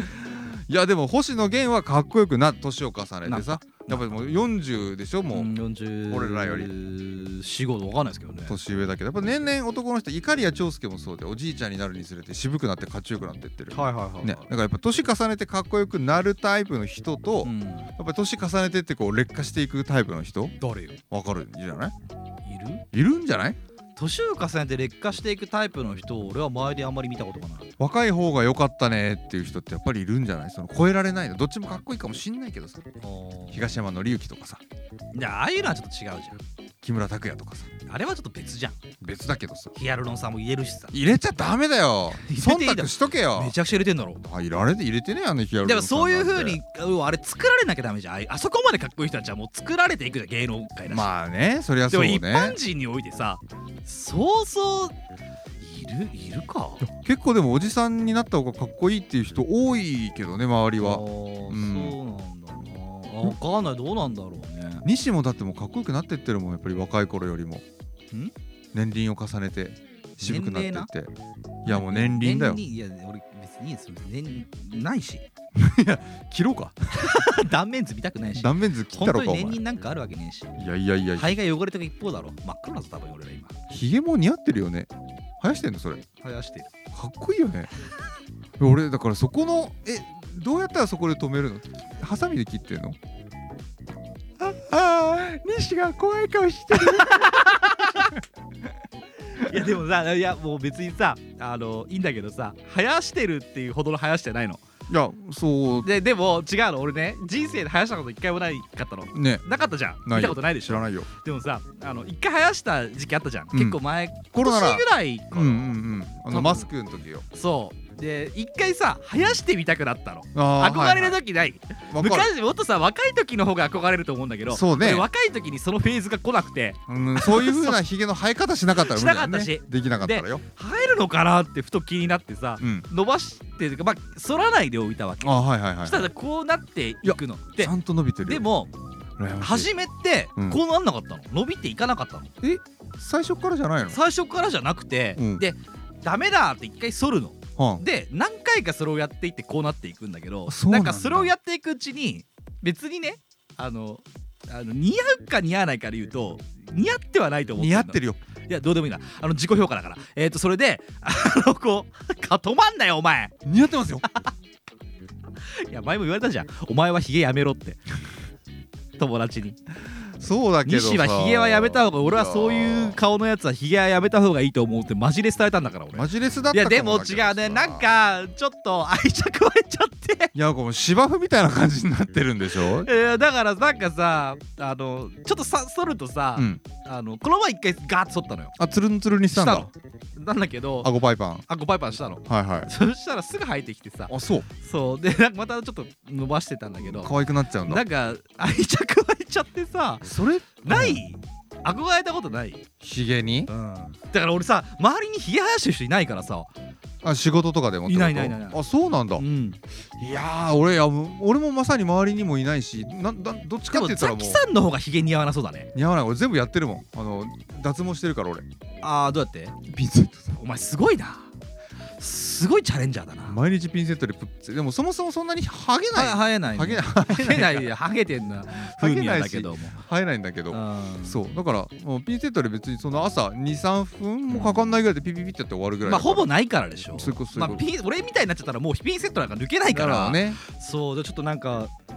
Speaker 1: いやでも星野源はかっこよくな年を重ねて
Speaker 2: な
Speaker 1: さやっぱりもう40でしょ もう
Speaker 2: 40
Speaker 1: 俺らより
Speaker 2: 45度わかんないですけどね
Speaker 1: 年上だけどやっぱ年々男の人いかりや長介もそうでおじいちゃんになるにつれて渋くなってかっちょよくなってってる、
Speaker 2: はいはいはいはい
Speaker 1: ね、だからやっぱ年重ねてかっこよくなるタイプの人と、
Speaker 2: う
Speaker 1: や
Speaker 2: ん
Speaker 1: っぱ年重ねてってこう劣化していくタイプの人
Speaker 2: 誰よいる
Speaker 1: わかるんじゃないいるんじゃない
Speaker 2: 年を重ねて劣化していくタイプの人を俺は周りであんまり見たことがない
Speaker 1: 若い方が良かったねっていう人ってやっぱりいるんじゃないその超えられないのどっちもかっこいいかもしんないけどさ東山紀之とかさ
Speaker 2: いやああいうのはちょっと違うじ
Speaker 1: 木村拓哉とかさ
Speaker 2: ゃんあれはちょっと別じゃん
Speaker 1: 別だけどさ
Speaker 2: ヒアルロン酸も入れるしさ
Speaker 1: 入れちゃダメだ よ
Speaker 2: 入れていいだ
Speaker 1: 忖度しとけよ
Speaker 2: めちゃくちゃ入れてんだろ
Speaker 1: あいられて入れてねえやねヒアル
Speaker 2: で
Speaker 1: ロ
Speaker 2: も
Speaker 1: ン酸
Speaker 2: そういう風
Speaker 1: なん
Speaker 2: に
Speaker 1: て
Speaker 2: うんあれ作られなきゃダメじゃんあいあそこまでかっこいい人たちはもう作られていくじゃん芸能界だし、
Speaker 1: まあねそりゃ
Speaker 2: で
Speaker 1: そう
Speaker 2: も
Speaker 1: ね
Speaker 2: 一般人においてさそうそういるいるか
Speaker 1: 結構でもおじさんになった方がかっこいいっていう人多いけどね周り
Speaker 2: あ
Speaker 1: は
Speaker 2: ー
Speaker 1: うん
Speaker 2: そうなんだなあわかんないどうなんだろうね
Speaker 1: 西もだってもうかっこよくなってってるもんやっぱり若い頃よりも
Speaker 2: ん
Speaker 1: 年輪を重ねて渋くな
Speaker 2: 年齢な
Speaker 1: ってっていやもう年輪だよ
Speaker 2: いや俺別にいいです年ないし
Speaker 1: 切ろうか
Speaker 2: 断面図見たくないし
Speaker 1: 断面図切っ
Speaker 2: 本
Speaker 1: た
Speaker 2: 当
Speaker 1: ろ
Speaker 2: に
Speaker 1: かお
Speaker 2: 年
Speaker 1: 前
Speaker 2: 輪なんかあるわけねえし
Speaker 1: いやいやいや
Speaker 2: 肺が汚れてる一方だろ真っ黒だぞ多分俺ら今
Speaker 1: ひげも似合ってるよね生やしてんのそれ
Speaker 2: 生やしてる
Speaker 1: かっこいいよ ね俺だからそこのえどうやったらそこで止めるのハサミで切ってんのああ西が怖い顔してる
Speaker 2: いやでもさいやもう別にさあのいいんだけどさ生やしてるっていうほどの生やしてないの
Speaker 1: いやそう
Speaker 2: ででも違うの俺ね人生で生やしたこと一回もないかったの
Speaker 1: ね
Speaker 2: なかったじゃん
Speaker 1: ないよ
Speaker 2: 見たことないでし
Speaker 1: 知ら
Speaker 2: ょ
Speaker 1: ないよ
Speaker 2: でもさあの一回生やした時期あったじゃん、
Speaker 1: うん
Speaker 2: 結構前
Speaker 1: コロナ
Speaker 2: 今
Speaker 1: だ
Speaker 2: 年ぐらいか
Speaker 1: う
Speaker 2: なん
Speaker 1: うんうんあ
Speaker 2: 多分
Speaker 1: のマスクの時よ
Speaker 2: そうで一回さ生やしてみたくなったの
Speaker 1: あー
Speaker 2: 憧れる時ない、
Speaker 1: はいはいわかる
Speaker 2: 昔もっとさ若い時の方が憧れると思うんだけど
Speaker 1: そうね
Speaker 2: 俺若い時にそのフェーズが来なくて
Speaker 1: うんそういう風なひげの生え方しなかったら無理だよね
Speaker 2: しなかったし
Speaker 1: できなかったらよ
Speaker 2: 生えるのかなってふと気になってさ
Speaker 1: うん
Speaker 2: 伸ばしてというかまあ反らないでおいたわけ
Speaker 1: あはいはいはい
Speaker 2: したらこうなっていくの
Speaker 1: ち
Speaker 2: で
Speaker 1: ゃんと伸びてるよ
Speaker 2: でも
Speaker 1: 羨ましい
Speaker 2: 初めって
Speaker 1: うん
Speaker 2: こうなんなかったの、伸びていかなかったの
Speaker 1: 最初からじゃないの
Speaker 2: 最初からじゃなくて、
Speaker 1: うん
Speaker 2: でダメだって一回反るの
Speaker 1: はん
Speaker 2: で何回かそれをやっていってこうなっていくんだけど
Speaker 1: あそうなんだ
Speaker 2: かそれをやっていくうちに別にねあのあの似合うか似合わないかで言うと似合ってはないと思って
Speaker 1: 似合って
Speaker 2: る
Speaker 1: るよ
Speaker 2: のいやどうでもいいなあの自己評価だからえっ、とそれであのこうか止まんなよお前
Speaker 1: 似合ってますよ
Speaker 2: いや前も言われたじゃんお前はヒゲやめろって友達に
Speaker 1: そうだけどさ
Speaker 2: 西はヒゲはやめた方が俺はそうい
Speaker 1: や
Speaker 2: う顔のやつはヒゲはやめた方がいいと思うってマジレスされたんだから俺
Speaker 1: マジレスだっ
Speaker 2: い
Speaker 1: た
Speaker 2: や
Speaker 1: か
Speaker 2: でも
Speaker 1: だけ
Speaker 2: 違
Speaker 1: どさ
Speaker 2: うねなんかちょっと愛着湧いちゃって
Speaker 1: いやこう芝生みたいな感じになってるんでしょ
Speaker 2: えーだからなんかさあのちょっとさ剃るとさ、
Speaker 1: うん
Speaker 2: あのこの前一回ガーッと剃ったのよ
Speaker 1: あつるんつるにしたんだ
Speaker 2: のなんだけど
Speaker 1: あごパイパン
Speaker 2: あごパイパンしたの
Speaker 1: はいはい
Speaker 2: そしたらすぐ生えてきてさ
Speaker 1: あそう
Speaker 2: そうでなんかまたちょっと伸ばしてたんだけど
Speaker 1: 可愛くなっちゃうん
Speaker 2: な
Speaker 1: だ
Speaker 2: んか愛着湧いちゃってさ
Speaker 1: それ
Speaker 2: ない憧れたことない、
Speaker 1: ひげに
Speaker 2: だから俺さ周りにひげ生やしてる人いないからさ
Speaker 1: あ仕事とかでもってこと
Speaker 2: いないいないいない
Speaker 1: あそうなんだ
Speaker 2: うん
Speaker 1: いやー俺いやもう俺もまさに周りにもいないしなんだどっち
Speaker 2: で
Speaker 1: かっ
Speaker 2: も
Speaker 1: て言った
Speaker 2: ザ
Speaker 1: らも
Speaker 2: キ
Speaker 1: う
Speaker 2: さんの方がひげ似合わなそうだね
Speaker 1: 似合わない俺全部やってるもんあの脱毛してるから俺
Speaker 2: ああどうやって
Speaker 1: ピンセット
Speaker 2: お前すごいなすごいチャレンジャーだな
Speaker 1: 毎日ピンセットでプッツでもそもそもそんなにハゲない
Speaker 2: は生えない
Speaker 1: ハゲない
Speaker 2: ハゲないハゲてんな風味なんだけども
Speaker 1: 生えないんだけど
Speaker 2: うん
Speaker 1: そうだからもうピンセットで別にその朝23分もかかんないぐらいでピピピってやって終わるぐらいだ
Speaker 2: まあ
Speaker 1: から
Speaker 2: ほぼないからでしょ
Speaker 1: そういうことそういう
Speaker 2: ま
Speaker 1: こ
Speaker 2: あ
Speaker 1: と
Speaker 2: ピン俺みたいになっちゃったらもうピンセットなんか抜けない
Speaker 1: だ
Speaker 2: か
Speaker 1: かららね
Speaker 2: そうでちょっとなんかう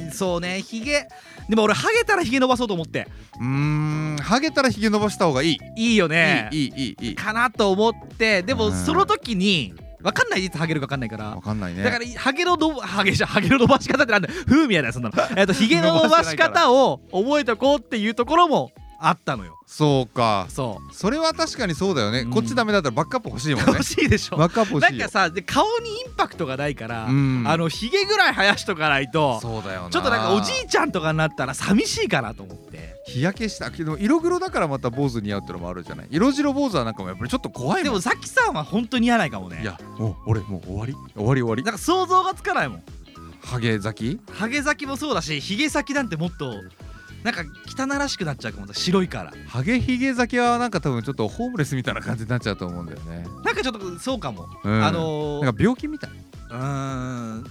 Speaker 2: んそうねひげでも俺ハゲたらひげ伸ばそうと思って
Speaker 1: うーんハゲたらひげ伸ばした方がいい
Speaker 2: いいよね
Speaker 1: いいいいいいいい
Speaker 2: かなと思ってで
Speaker 1: う
Speaker 2: も
Speaker 1: ん
Speaker 2: その時に分かんないいつハゲるか分かんないから
Speaker 1: わかんないね
Speaker 2: だからハゲのどハゲじゃハゲの伸ばし方ってなんだよ風味やだよそんなのえっ とひげの伸ばし方を覚えとこうっていうところもあったのよ
Speaker 1: そうか
Speaker 2: そう
Speaker 1: それは確かにそうだよね、
Speaker 2: うん
Speaker 1: こっちダメだったらバックアップ欲しいも んね
Speaker 2: 欲しいでしょ
Speaker 1: バックアップ欲
Speaker 2: な
Speaker 1: し
Speaker 2: ん
Speaker 1: いよ
Speaker 2: かさで顔にインパクトがないから、
Speaker 1: うん
Speaker 2: あのひげぐらい生やしとかないと
Speaker 1: そうだよな
Speaker 2: ちょっとなんかおじいちゃんとかになったら寂しいかなと思って
Speaker 1: 日焼けしたけど色黒だからまた坊主似合うってのもあるじゃない色白坊主はなんかもやっぱりちょっと怖い
Speaker 2: で
Speaker 1: もん
Speaker 2: もザキさんは本当に嫌ないかもね
Speaker 1: いやもう俺もう終わり終わり終わり
Speaker 2: なんか想像がつかないもん
Speaker 1: ハゲ咲き
Speaker 2: ハゲ先もそうだしヒゲ先なんてもっとなんか汚らしくなっちゃうかも白いから
Speaker 1: ハゲヒゲ咲きはなんか多分ちょっとホームレスみたいな感じになっちゃうと思うんだよね、
Speaker 2: なんかちょっとそうかも、
Speaker 1: うん
Speaker 2: あの
Speaker 1: なんか病気みたい
Speaker 2: ー、うーん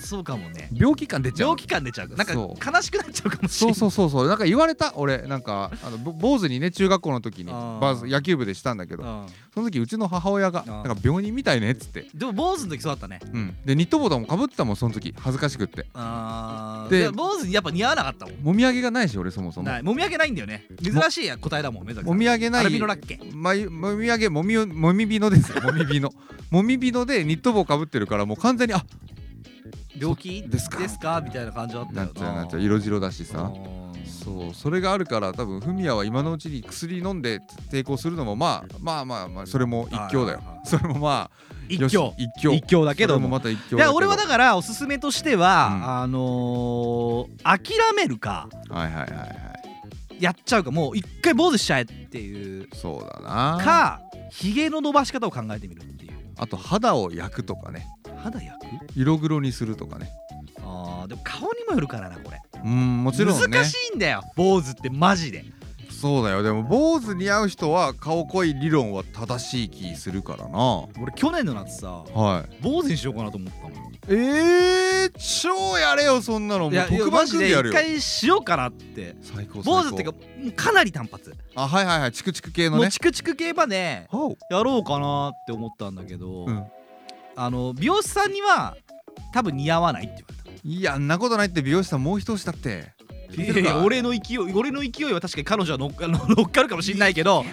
Speaker 2: そうかもね
Speaker 1: 病気感出ちゃう
Speaker 2: 長期間出ちゃうなんか
Speaker 1: そ
Speaker 2: 悲しくなっちゃうかもし
Speaker 1: そう
Speaker 2: れない
Speaker 1: そうそうそうなんか言われた俺なんかあのぼ坊主にね中学校の時に
Speaker 2: あー
Speaker 1: バース野球部でしたんだけど
Speaker 2: うん
Speaker 1: その時うちの母親が
Speaker 2: ー
Speaker 1: なんか病人みたいねっつって、
Speaker 2: でも坊主の時そうだったね
Speaker 1: うん、でニット帽とかもかぶってたもんその時恥ずかしくって
Speaker 2: あー
Speaker 1: で
Speaker 2: で坊主にやっぱ似合わなかったもん
Speaker 1: もみあげがないし俺そもそも
Speaker 2: ないもみあげないんだよね珍しいや答えだもん目指
Speaker 1: もみあげな
Speaker 2: ア
Speaker 1: い
Speaker 2: ルビノラッケ
Speaker 1: まゆもみあげもみもみびのですよもみびのもみびのでニット帽かぶってるからもう完全にあ
Speaker 2: 病気
Speaker 1: ですか
Speaker 2: ですかみたいな感じだったよ
Speaker 1: なっ
Speaker 2: な
Speaker 1: ちゃうなっちゃう色白だしさ
Speaker 2: うん
Speaker 1: そうそれがあるから多分フミヤは今のうちに薬飲んで抵抗するのもまあまあまあまあそれも一興だよ
Speaker 2: はいはいはい
Speaker 1: それもまあ
Speaker 2: 一
Speaker 1: よし
Speaker 2: 挙
Speaker 1: 一興
Speaker 2: 一興だけど
Speaker 1: それも
Speaker 2: も
Speaker 1: また一興
Speaker 2: いや俺はだ
Speaker 1: か
Speaker 2: からおすすめとしては、
Speaker 1: うん
Speaker 2: あのー諦めるか
Speaker 1: はいはいはいはい
Speaker 2: やっちゃうかもう一回坊主しちゃえっていう
Speaker 1: そうだな
Speaker 2: かひげの伸ばし方を考えてみるっていう
Speaker 1: あと肌を焼くとかね
Speaker 2: 肌焼く
Speaker 1: 色黒にするとかね
Speaker 2: あーでも顔にもよるからなこれ
Speaker 1: うんもちろんね
Speaker 2: 難しいんだよ坊主ってマジで
Speaker 1: そうだよでも坊主似合う人は顔濃い理論は正しい気するからな
Speaker 2: 俺去年の夏さ
Speaker 1: はい
Speaker 2: 坊主にしようかなと思ったのよ
Speaker 1: えー、超やれよそんなのもう特
Speaker 2: マ
Speaker 1: 番
Speaker 2: ジ
Speaker 1: 組
Speaker 2: で
Speaker 1: でや
Speaker 2: 一
Speaker 1: るよ
Speaker 2: 回しようかなって
Speaker 1: 最高最高
Speaker 2: 坊主っていうかもうかなり短髪
Speaker 1: あはいはいはいチクチク系の
Speaker 2: も
Speaker 1: ね
Speaker 2: うチクチク系まで
Speaker 1: おう
Speaker 2: やろうかなって思ったんだけど、
Speaker 1: うん
Speaker 2: あの美容師さんには多分似合わないって言わ
Speaker 1: いやんなことないって美容師さんもう一押しだって聞いて
Speaker 2: れたい
Speaker 1: る
Speaker 2: やい
Speaker 1: か
Speaker 2: や俺の勢い俺の勢いは確かに彼女は乗っか 乗っかるかもしれないけど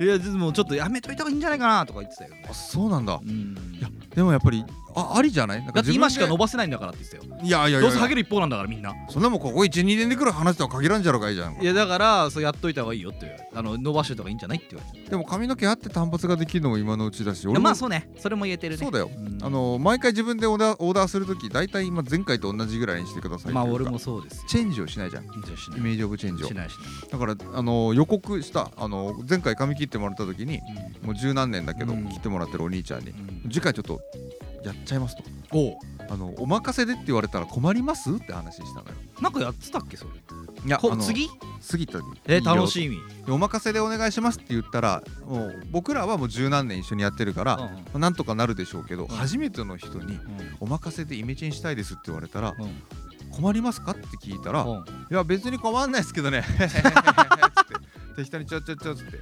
Speaker 2: いやでもちょっとやめといた方がいいんじゃないかなとか言ってたよね
Speaker 1: あ、そうなんだ
Speaker 2: うん、
Speaker 1: いやでもやっぱりあありじゃないなんか
Speaker 2: だって
Speaker 1: 自分で
Speaker 2: 今しか伸ばせないんだからって言ってたよ
Speaker 1: いやいやい
Speaker 2: どう
Speaker 1: や
Speaker 2: せハ
Speaker 1: い
Speaker 2: ゲ
Speaker 1: や
Speaker 2: る一方なんだからみんな
Speaker 1: そんなもんここ12年で来る話とは限らんじゃろうかいいじゃん
Speaker 2: いやだからそうやっといた方がいいよって言われたあの伸ばしといた方がいいんじゃないって言われて
Speaker 1: でも髪の毛あって単発ができるのも今のうちだし
Speaker 2: い
Speaker 1: 俺
Speaker 2: や
Speaker 1: も
Speaker 2: まあそうねそれも言えてるね
Speaker 1: そうだよ
Speaker 2: ん
Speaker 1: あの毎回自分でオーダーオーダーするとき大体今前回と同じぐらいにしてくださいっていうか
Speaker 2: まあ俺もそうですよ
Speaker 1: チェンジをしないじゃんイ
Speaker 2: じゃあしない
Speaker 1: メージオブチェンジを
Speaker 2: しないしない
Speaker 1: だからあの予告したあの前回髪切ってもらったときにもう十何年だけど
Speaker 2: うん
Speaker 1: 切ってもらってるお兄ちゃんに
Speaker 2: うん
Speaker 1: 次回ちょっとやっちゃいますと
Speaker 2: おう
Speaker 1: あのお任せでって言われたら困りますって話したのよ
Speaker 2: なんかやってたっけそれ
Speaker 1: いや
Speaker 2: こ
Speaker 1: あの
Speaker 2: 次
Speaker 1: 過ぎたり
Speaker 2: え
Speaker 1: いいよ
Speaker 2: 楽しみ
Speaker 1: お任せでお願いしますって言ったらもう僕らはもう十何年一緒にやってるから、
Speaker 2: うんうん
Speaker 1: まあなんとかなるでしょうけど、
Speaker 2: ん
Speaker 1: 初めての人に「お任せでイメチェンしたいです」って言われたら
Speaker 2: うん
Speaker 1: 「困りますか?」って聞いたら「
Speaker 2: う
Speaker 1: い
Speaker 2: んうん
Speaker 1: や別に困んないですけど ね」つって適当に「ちょちょちょ」っつって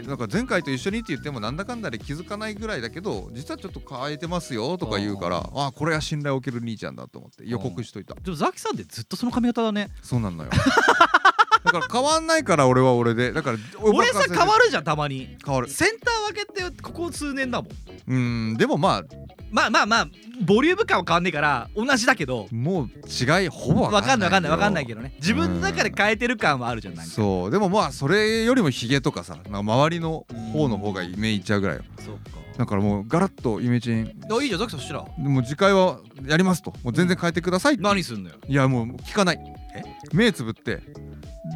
Speaker 1: でなんか前回と一緒にって言ってもなんだかんだで気づかないぐらいだけど実はちょっと変えてますよとか言うから
Speaker 2: うん
Speaker 1: ああこれは信頼を受ける兄ちゃんだと思って予告しといた
Speaker 2: でもザキさんってずっとその髪型だね
Speaker 1: そうなんのよだから変わんないから俺は俺でだからお
Speaker 2: 俺
Speaker 1: 任
Speaker 2: さ
Speaker 1: せで
Speaker 2: 変わるじゃんたまに
Speaker 1: 変わる
Speaker 2: センター分けってここ数年だもん
Speaker 1: うんでもま
Speaker 2: まあまあまあボリューム感は変わんねえから同じだけど
Speaker 1: あもう違いほぼ
Speaker 2: わ
Speaker 1: 分
Speaker 2: か
Speaker 1: か
Speaker 2: ん
Speaker 1: ん
Speaker 2: な
Speaker 1: ないい
Speaker 2: わかんないわかんないけ
Speaker 1: ど
Speaker 2: どね自分の中で変えてる感はあるじゃんなんか
Speaker 1: そうでもまあそれよりもヒゲとかさなんか周りの方の方がイメいっちゃうぐらいよ
Speaker 2: そう
Speaker 1: だからもうガラッとイメチェン
Speaker 2: かあいいじゃんザキさんそしたら
Speaker 1: でもう次回はやりますともう全然変えてくださいって
Speaker 2: 何すんのよ
Speaker 1: いやもう聞かない
Speaker 2: え
Speaker 1: 目つぶって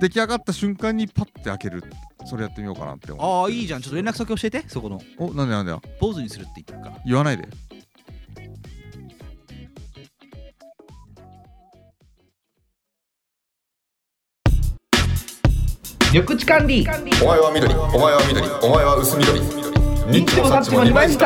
Speaker 1: 出来上がった瞬間にパッて開けるそれやってみようかなって思う
Speaker 2: ああいいじゃんちょっと連絡先教えてそこの
Speaker 1: おなんでなんでよ
Speaker 2: 坊主にするって言ってるから
Speaker 1: 言わないで
Speaker 4: 緑地管理
Speaker 5: お前は緑お前は緑お前は薄緑ニッチもサッチも二枚舌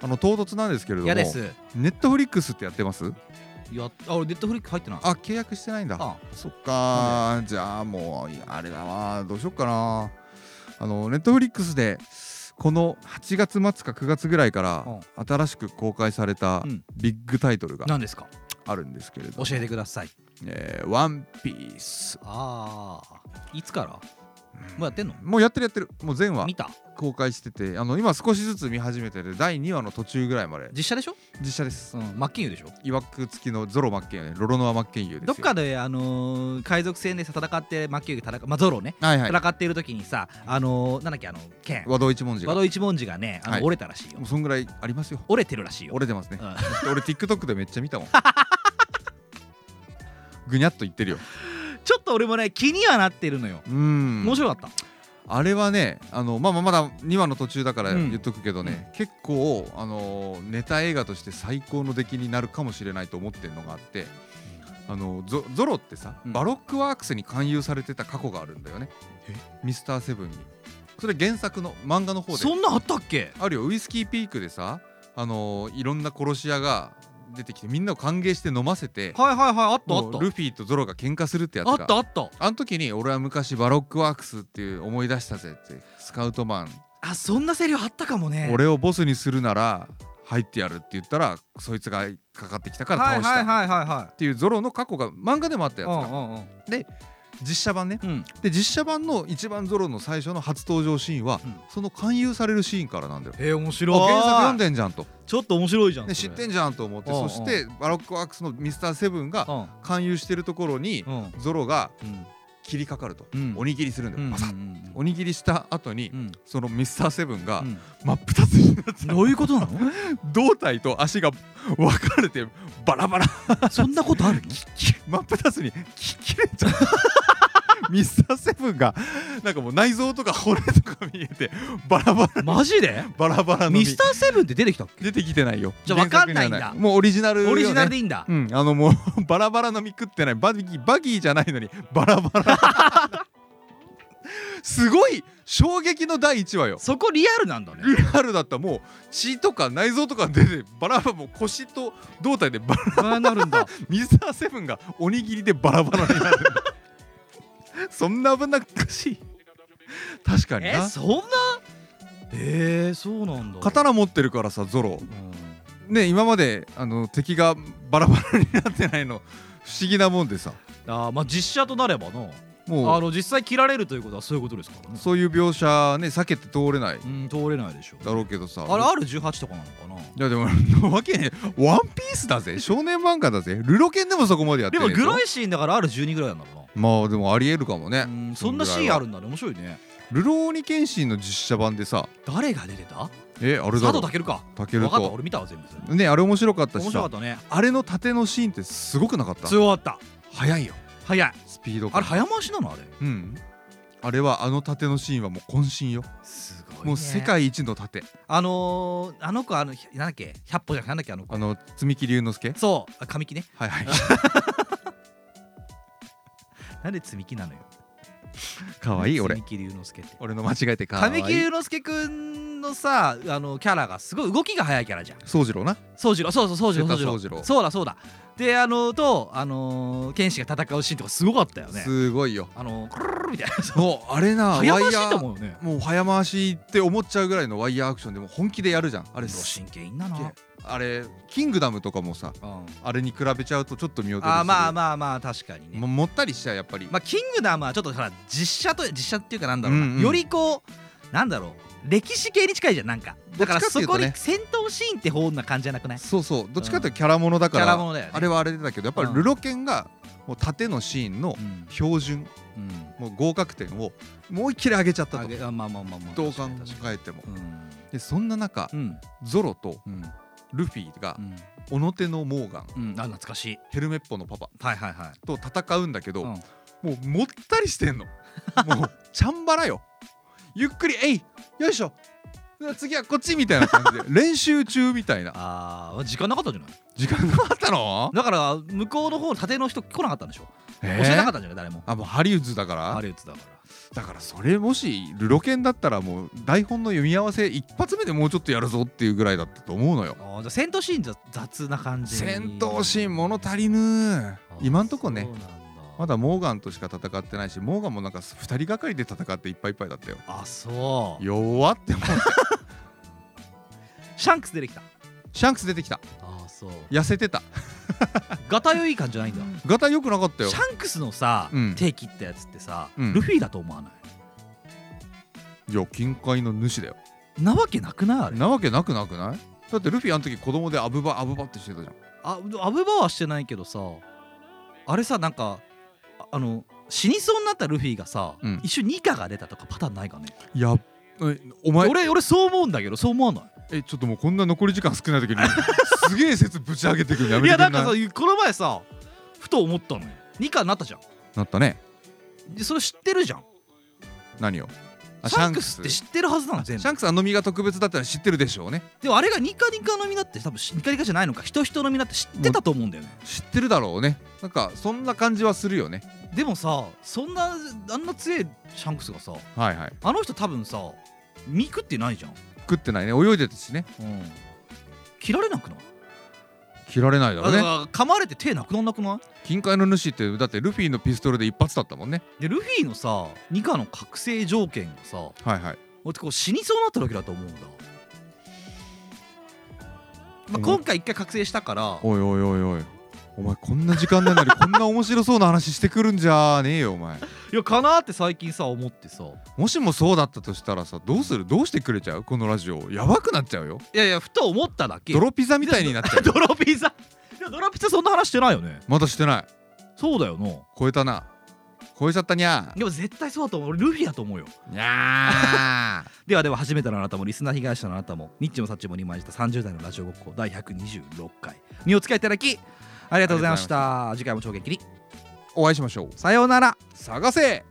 Speaker 1: あの唐突なんですけれども
Speaker 2: 嫌です
Speaker 1: ネットフリックスってやってます
Speaker 2: やあ俺ネットフリックス入ってない
Speaker 1: あ契約してないんだ
Speaker 2: あ
Speaker 1: そっかーじゃあもういやあれだなどうしよっかなあのネットフリックスでこの8月末か9月ぐらいから新しく公開された
Speaker 2: うん
Speaker 1: ビッグタイトルが
Speaker 2: 何ですか
Speaker 1: あるんですけれど
Speaker 2: 教えてください
Speaker 1: 「えーワンピース
Speaker 2: ああいつからもうやってんの
Speaker 1: もうやってるやってるもう全話
Speaker 2: 見た
Speaker 1: 公開しててあの今少しずつ見始めてて第2話の途中ぐらいまで
Speaker 2: 実写でしょ
Speaker 1: 実写です
Speaker 2: うん、真っ金融でしょ
Speaker 1: いわく付きのゾロマッケンユーねロロノアマッケンユーです
Speaker 2: ど
Speaker 1: よ
Speaker 2: っかで、あのー海賊船でさ戦って真っ金融で戦う、まあ、ゾロね、
Speaker 1: はいはい
Speaker 2: 戦っている時にさあのーなんだっけあの剣
Speaker 1: 和道一文字が
Speaker 2: 和
Speaker 1: も
Speaker 2: 道一文字がねあの、
Speaker 1: はい
Speaker 2: 折れたらしいよ
Speaker 1: うそんぐらいありますよ
Speaker 2: 折れてるらしいよ
Speaker 1: 折れてますね
Speaker 2: う、ん
Speaker 1: 俺 TikTok でめっちゃ見 たもんぐにゃっと言ってるよ
Speaker 2: ちょっと俺もね気にはなってるのよ、
Speaker 1: うん
Speaker 2: 面白かっ
Speaker 1: あれはねあの、まあ、まあまだ2話の途中だから
Speaker 2: うん
Speaker 1: 言っとくけどね、結構あのネタ映画として最高の出来になるかもしれないと思ってるのがあってあのゾゾロってさ、
Speaker 2: うん
Speaker 1: バロックワークスに勧誘されてた過去があるんだよねミスターセブンにそれ原作の漫画の
Speaker 2: た
Speaker 1: 方で
Speaker 2: そんなあったっけ
Speaker 1: あるよウイスキーピークでさあのいろんな殺し屋が出てきてみんなを歓迎して飲ませて
Speaker 2: はいはいはいあったあ
Speaker 1: も
Speaker 2: っ
Speaker 1: うルフィとゾロが喧嘩するってやつ
Speaker 2: た
Speaker 1: が
Speaker 2: あったあった
Speaker 1: あの時に俺は昔バロックワークスっていう思い出したぜってスカウトマン
Speaker 2: あそんなセリフあったかもね
Speaker 1: 俺をボスにするなら入ってやるって言ったらそいつがかかってきたから
Speaker 2: は
Speaker 1: 倒
Speaker 2: い
Speaker 1: し
Speaker 2: はい
Speaker 1: たっ
Speaker 2: はいはいは
Speaker 1: ていうゾロの過去が漫画でもあった
Speaker 2: い
Speaker 1: やつ
Speaker 2: う
Speaker 1: が
Speaker 2: んうんうん
Speaker 1: 実写版ね
Speaker 2: うん
Speaker 1: で実写版の一番ゾロの最初の初登場シーンは
Speaker 2: うん
Speaker 1: その勧誘されるシーンからなんだよ。
Speaker 2: えー、面白い
Speaker 1: あ原作読んでんじゃんと
Speaker 2: ちょっと面白いじゃん
Speaker 1: で知ってんじゃんと思ってそしてバロックワークスのミスターセブンが
Speaker 2: うん
Speaker 1: 勧誘してるところに
Speaker 2: うん
Speaker 1: ゾロが
Speaker 2: うん
Speaker 1: 切りかかると
Speaker 2: うん
Speaker 1: おにぎりするんだよバサッ
Speaker 2: うん
Speaker 1: おにぎりした後に
Speaker 2: うん
Speaker 1: そのミスターセブンが
Speaker 2: うん
Speaker 1: 真っ二つになって
Speaker 2: どういうことなの
Speaker 1: 胴体と足が分かれてバラバラ
Speaker 2: そんなことあるの
Speaker 1: 真っ二つに切れちゃう ミスターセブンがなんかもう内臓とか骨とか見えてバラバラ
Speaker 2: マジで
Speaker 1: バラバラの
Speaker 2: ミスターセブンって出てきたっけ
Speaker 1: 出てきてないよ
Speaker 2: じゃあわかんないんだ
Speaker 1: 原作にはもうオリジナルよ、ね、
Speaker 2: オリジナルでいいんだ
Speaker 1: うんあのもう バラバラの実食ってないバギーバギーじゃないのにバラバラ すごい衝撃の第1話よ
Speaker 2: そこリアルなんだね
Speaker 1: リアルだったらもう血とか内臓とか出てバラバラもう腰と胴体でバラ
Speaker 2: あなるんだ
Speaker 1: ミスターセブンがおにぎりでバラバラになるそんな危なっかしい確かに
Speaker 2: え
Speaker 1: な
Speaker 2: そんなえー、そうなんだ
Speaker 1: 刀持ってるからさゾロ
Speaker 2: うん
Speaker 1: ね今まであの敵がバラバラになってないの不思議なもんでさ
Speaker 2: あーまあ実写となればのあ
Speaker 1: も
Speaker 2: の実際切られるということはそういうことですから
Speaker 1: う
Speaker 2: ね
Speaker 1: そういう描写ね避けて通れない
Speaker 2: うん通れないでしょ
Speaker 1: だろうけどさ
Speaker 2: あれ R18 とかなのかない
Speaker 1: やでも わけねえワンピースだぜ少年漫画だぜルロケンでもそこまでやって
Speaker 2: で
Speaker 1: ねえ
Speaker 2: も
Speaker 1: ぞ
Speaker 2: グロいシーンだから R12 ぐらいなんだろ
Speaker 1: まあでもありえるかも
Speaker 2: う
Speaker 1: ね
Speaker 2: なうんそんなシーンあるんだね面白いね
Speaker 1: ルローニケンシンの実写版でさ
Speaker 2: 誰が出てた
Speaker 1: えあれだ
Speaker 2: 佐
Speaker 1: ろ
Speaker 2: 藤健か
Speaker 1: たける
Speaker 2: 分かった
Speaker 1: と
Speaker 2: 俺見たわ全部それ
Speaker 1: ねあれ面白かった
Speaker 2: 面
Speaker 1: し
Speaker 2: 白か
Speaker 1: さ
Speaker 2: ったね
Speaker 1: あれの縦のシーンってすごくなかった
Speaker 2: 強かった
Speaker 1: 速いよ
Speaker 2: 早い
Speaker 1: スピード
Speaker 2: あ
Speaker 1: 感
Speaker 2: れ早回しなのあれ
Speaker 1: うんあれはあの縦のシーンはもう渾身よ
Speaker 2: すごい、ね、
Speaker 1: もう世界一の縦
Speaker 2: あのー、あの子あのひなんだっけ百歩じゃなくてなんだっけあの子
Speaker 1: あの積木龍之介
Speaker 2: そうあ神木ね
Speaker 1: はいはい
Speaker 2: なんで積み木なのよ
Speaker 1: かわいい俺
Speaker 2: 積木龍之介って
Speaker 1: 俺の間違えてかわい
Speaker 2: 神木
Speaker 1: い
Speaker 2: 隆之介くんのさあのキャラがすごい動きが速いキャラじゃん
Speaker 1: 宗次郎な
Speaker 2: 宗次郎そうそう宗次郎
Speaker 1: 瀬田
Speaker 2: 宗
Speaker 1: 宗
Speaker 2: 次
Speaker 1: 次
Speaker 2: 郎
Speaker 1: 郎
Speaker 2: そうだそうだであのとあのー、剣士が戦うシーンとかすごかったよね
Speaker 1: すごいよ
Speaker 2: あのクルルルみたいな
Speaker 1: そうあれな
Speaker 2: 早回し
Speaker 1: ワイ
Speaker 2: だ
Speaker 1: ヤー
Speaker 2: もんよね
Speaker 1: もう早回しって思っちゃうぐらいのワイヤーアクションでもう本気でやるじゃんあ
Speaker 2: プ
Speaker 1: れ
Speaker 2: ロ神経いいんだな、
Speaker 1: すっげえあれキングダムとかもさ
Speaker 2: うん、
Speaker 1: あれに比べちゃうとちょっと見劣りする
Speaker 2: あーまあまあまあ確かにね
Speaker 1: ももったりしちゃうやっぱり
Speaker 2: まあ、キングダムはちょっとほら実写と実写っていうかなんだろうな、
Speaker 1: うんうん
Speaker 2: よりこうなんだろう歴史系に近いじゃんなんかだから
Speaker 1: どっちかって
Speaker 2: そ
Speaker 1: いう
Speaker 2: ことに
Speaker 1: ね
Speaker 2: 戦闘シーンって方な感じじゃなくない
Speaker 1: そうそうどっちかというとキャラものだから
Speaker 2: キャラものだよね
Speaker 1: あれはあれだけどやっぱ
Speaker 2: う
Speaker 1: り
Speaker 2: ん
Speaker 1: ルロケンがもう縦のシーンの
Speaker 2: うん
Speaker 1: 標準
Speaker 2: うん
Speaker 1: もう合格点をもう一切れ上げちゃった
Speaker 2: あ
Speaker 1: と
Speaker 2: げあまあまあまあまあ
Speaker 1: どう考
Speaker 2: 確かに確か
Speaker 1: えても
Speaker 2: に
Speaker 1: でそんな中
Speaker 2: うん
Speaker 1: ゾロと
Speaker 2: うん
Speaker 1: ルフィが
Speaker 2: うん
Speaker 1: 小野手のモーガン
Speaker 2: うんあ懐かしい
Speaker 1: ヘルメッポのパパ
Speaker 2: はいはいはい
Speaker 1: と戦うんだけど
Speaker 2: うん
Speaker 1: もうもったりしてん のもうちゃんばらよゆっくりえいよいしょうわ次はこっちみたいな感じで練習中みたいな
Speaker 2: あー時間なかったんじゃない
Speaker 1: 時間 なかったの
Speaker 2: だから向こうの方縦の人来なかったんでしょ、
Speaker 1: え
Speaker 2: 教えなか
Speaker 1: ー
Speaker 2: ったんじゃない誰も
Speaker 1: あもうハリウッドだから
Speaker 2: ハリウッドだか
Speaker 1: だ
Speaker 2: ら
Speaker 1: からそれもしルロケンだったらもう台本の読み合わせ一発目でもうちょっとやるぞっていうぐらいだったと思うのよ
Speaker 2: あーじゃあ戦闘シーンじゃ雑な感じ
Speaker 1: 戦闘シーン物足りぬ
Speaker 2: あー
Speaker 1: 今んとこ
Speaker 2: そ
Speaker 1: ね
Speaker 2: うなんだ
Speaker 1: まだモーガンとしか戦ってないしモーガンもなんか2人がかりで戦っていっぱいいっぱいだったよ
Speaker 2: あそう
Speaker 1: 弱って 思う
Speaker 2: シャンクス出てきた
Speaker 1: シャンクス出てきた
Speaker 2: ああそう
Speaker 1: 痩せてた
Speaker 2: ガタ良い感じじゃないんだ
Speaker 1: ガタ良くなかったよ
Speaker 2: シャンクスのさ、
Speaker 1: うん
Speaker 2: 手切ったやつってさ、
Speaker 1: うん
Speaker 2: ルフィだと思わない
Speaker 1: いや近海の主だよ
Speaker 2: なわけなくないあれ
Speaker 1: なわけなくなくないだってルフィあの時子供でアブバアブバってしてたじゃん
Speaker 2: あアブバはしてないけどさあれさなんかああの死にそうになったルフィがさ、
Speaker 1: うん
Speaker 2: 一瞬ニカが出たとかパターンないかね
Speaker 1: やえお前
Speaker 2: 俺俺そう思うんだけどそう思わない
Speaker 1: えちょっともうこんな残り時間少ない時にすげえ説ぶち上げてくるのや
Speaker 2: い
Speaker 1: めて
Speaker 2: や
Speaker 1: くれな
Speaker 2: ないんかさこの前さふと思ったのよニカになったじゃん
Speaker 1: なったね
Speaker 2: でそれ知ってるじゃん
Speaker 1: 何をあ
Speaker 2: シャンクスって知ってるはずなの
Speaker 1: シ
Speaker 2: 全部
Speaker 1: ャンクスは飲みが特別だったら知ってるでしょうね
Speaker 2: でもあれがニカニカの実だって多分しニカニカじゃないのか人人の実だって知ってたと思うんだよね
Speaker 1: 知ってるだろうねなんかそんな感じはするよね
Speaker 2: でもさそんなあんな強いシャンクスがさ
Speaker 1: はいはい
Speaker 2: あの人多分さ見食ってないじゃん、
Speaker 1: 食ってないね泳いでたしね
Speaker 2: うん、切られなくない
Speaker 1: 切られないだろ
Speaker 2: だ
Speaker 1: う
Speaker 2: か
Speaker 1: ね
Speaker 2: ら噛まれて手なくなんなくない
Speaker 1: 金塊の主ってだってルフィのピストルで一発だったもんね
Speaker 2: でルフィのさニカの覚醒条件がさ
Speaker 1: はいはい
Speaker 2: 俺ってこう死にそうになった時だと思うんだ、まあ、
Speaker 1: うん
Speaker 2: 今回一回覚醒したから
Speaker 1: おいおいおいおいお前こんな時間なのに こんな面白そうな話してくるんじゃねえよお前
Speaker 2: いやかなーって最近さ思ってさ
Speaker 1: もしもそうだったとしたらさどうするどうしてくれちゃうこのラジオやばくなっちゃうよ
Speaker 2: いやいやふと思っただけ
Speaker 1: 泥ピザみたいになっちゃう
Speaker 2: ドロピザいやドロピザそんな話してないよね
Speaker 1: まだしてない
Speaker 2: そうだよな
Speaker 1: 超えたな超えちゃったにゃ
Speaker 2: でも絶対そうだと思う俺ルフィだと思うよ
Speaker 1: ーにゃ
Speaker 2: ではでは初めてのあなたもリスナー被害者のあなたもニッチもサッチも2枚した30代のラジオごっこ第126回にお付き合いいただきありがとうございました次回も超激励
Speaker 1: ーお会いしましょう
Speaker 2: さようなら
Speaker 1: 探せ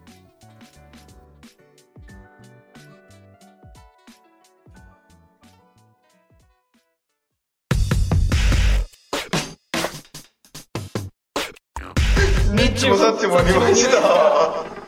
Speaker 5: ニッチもサッチもありました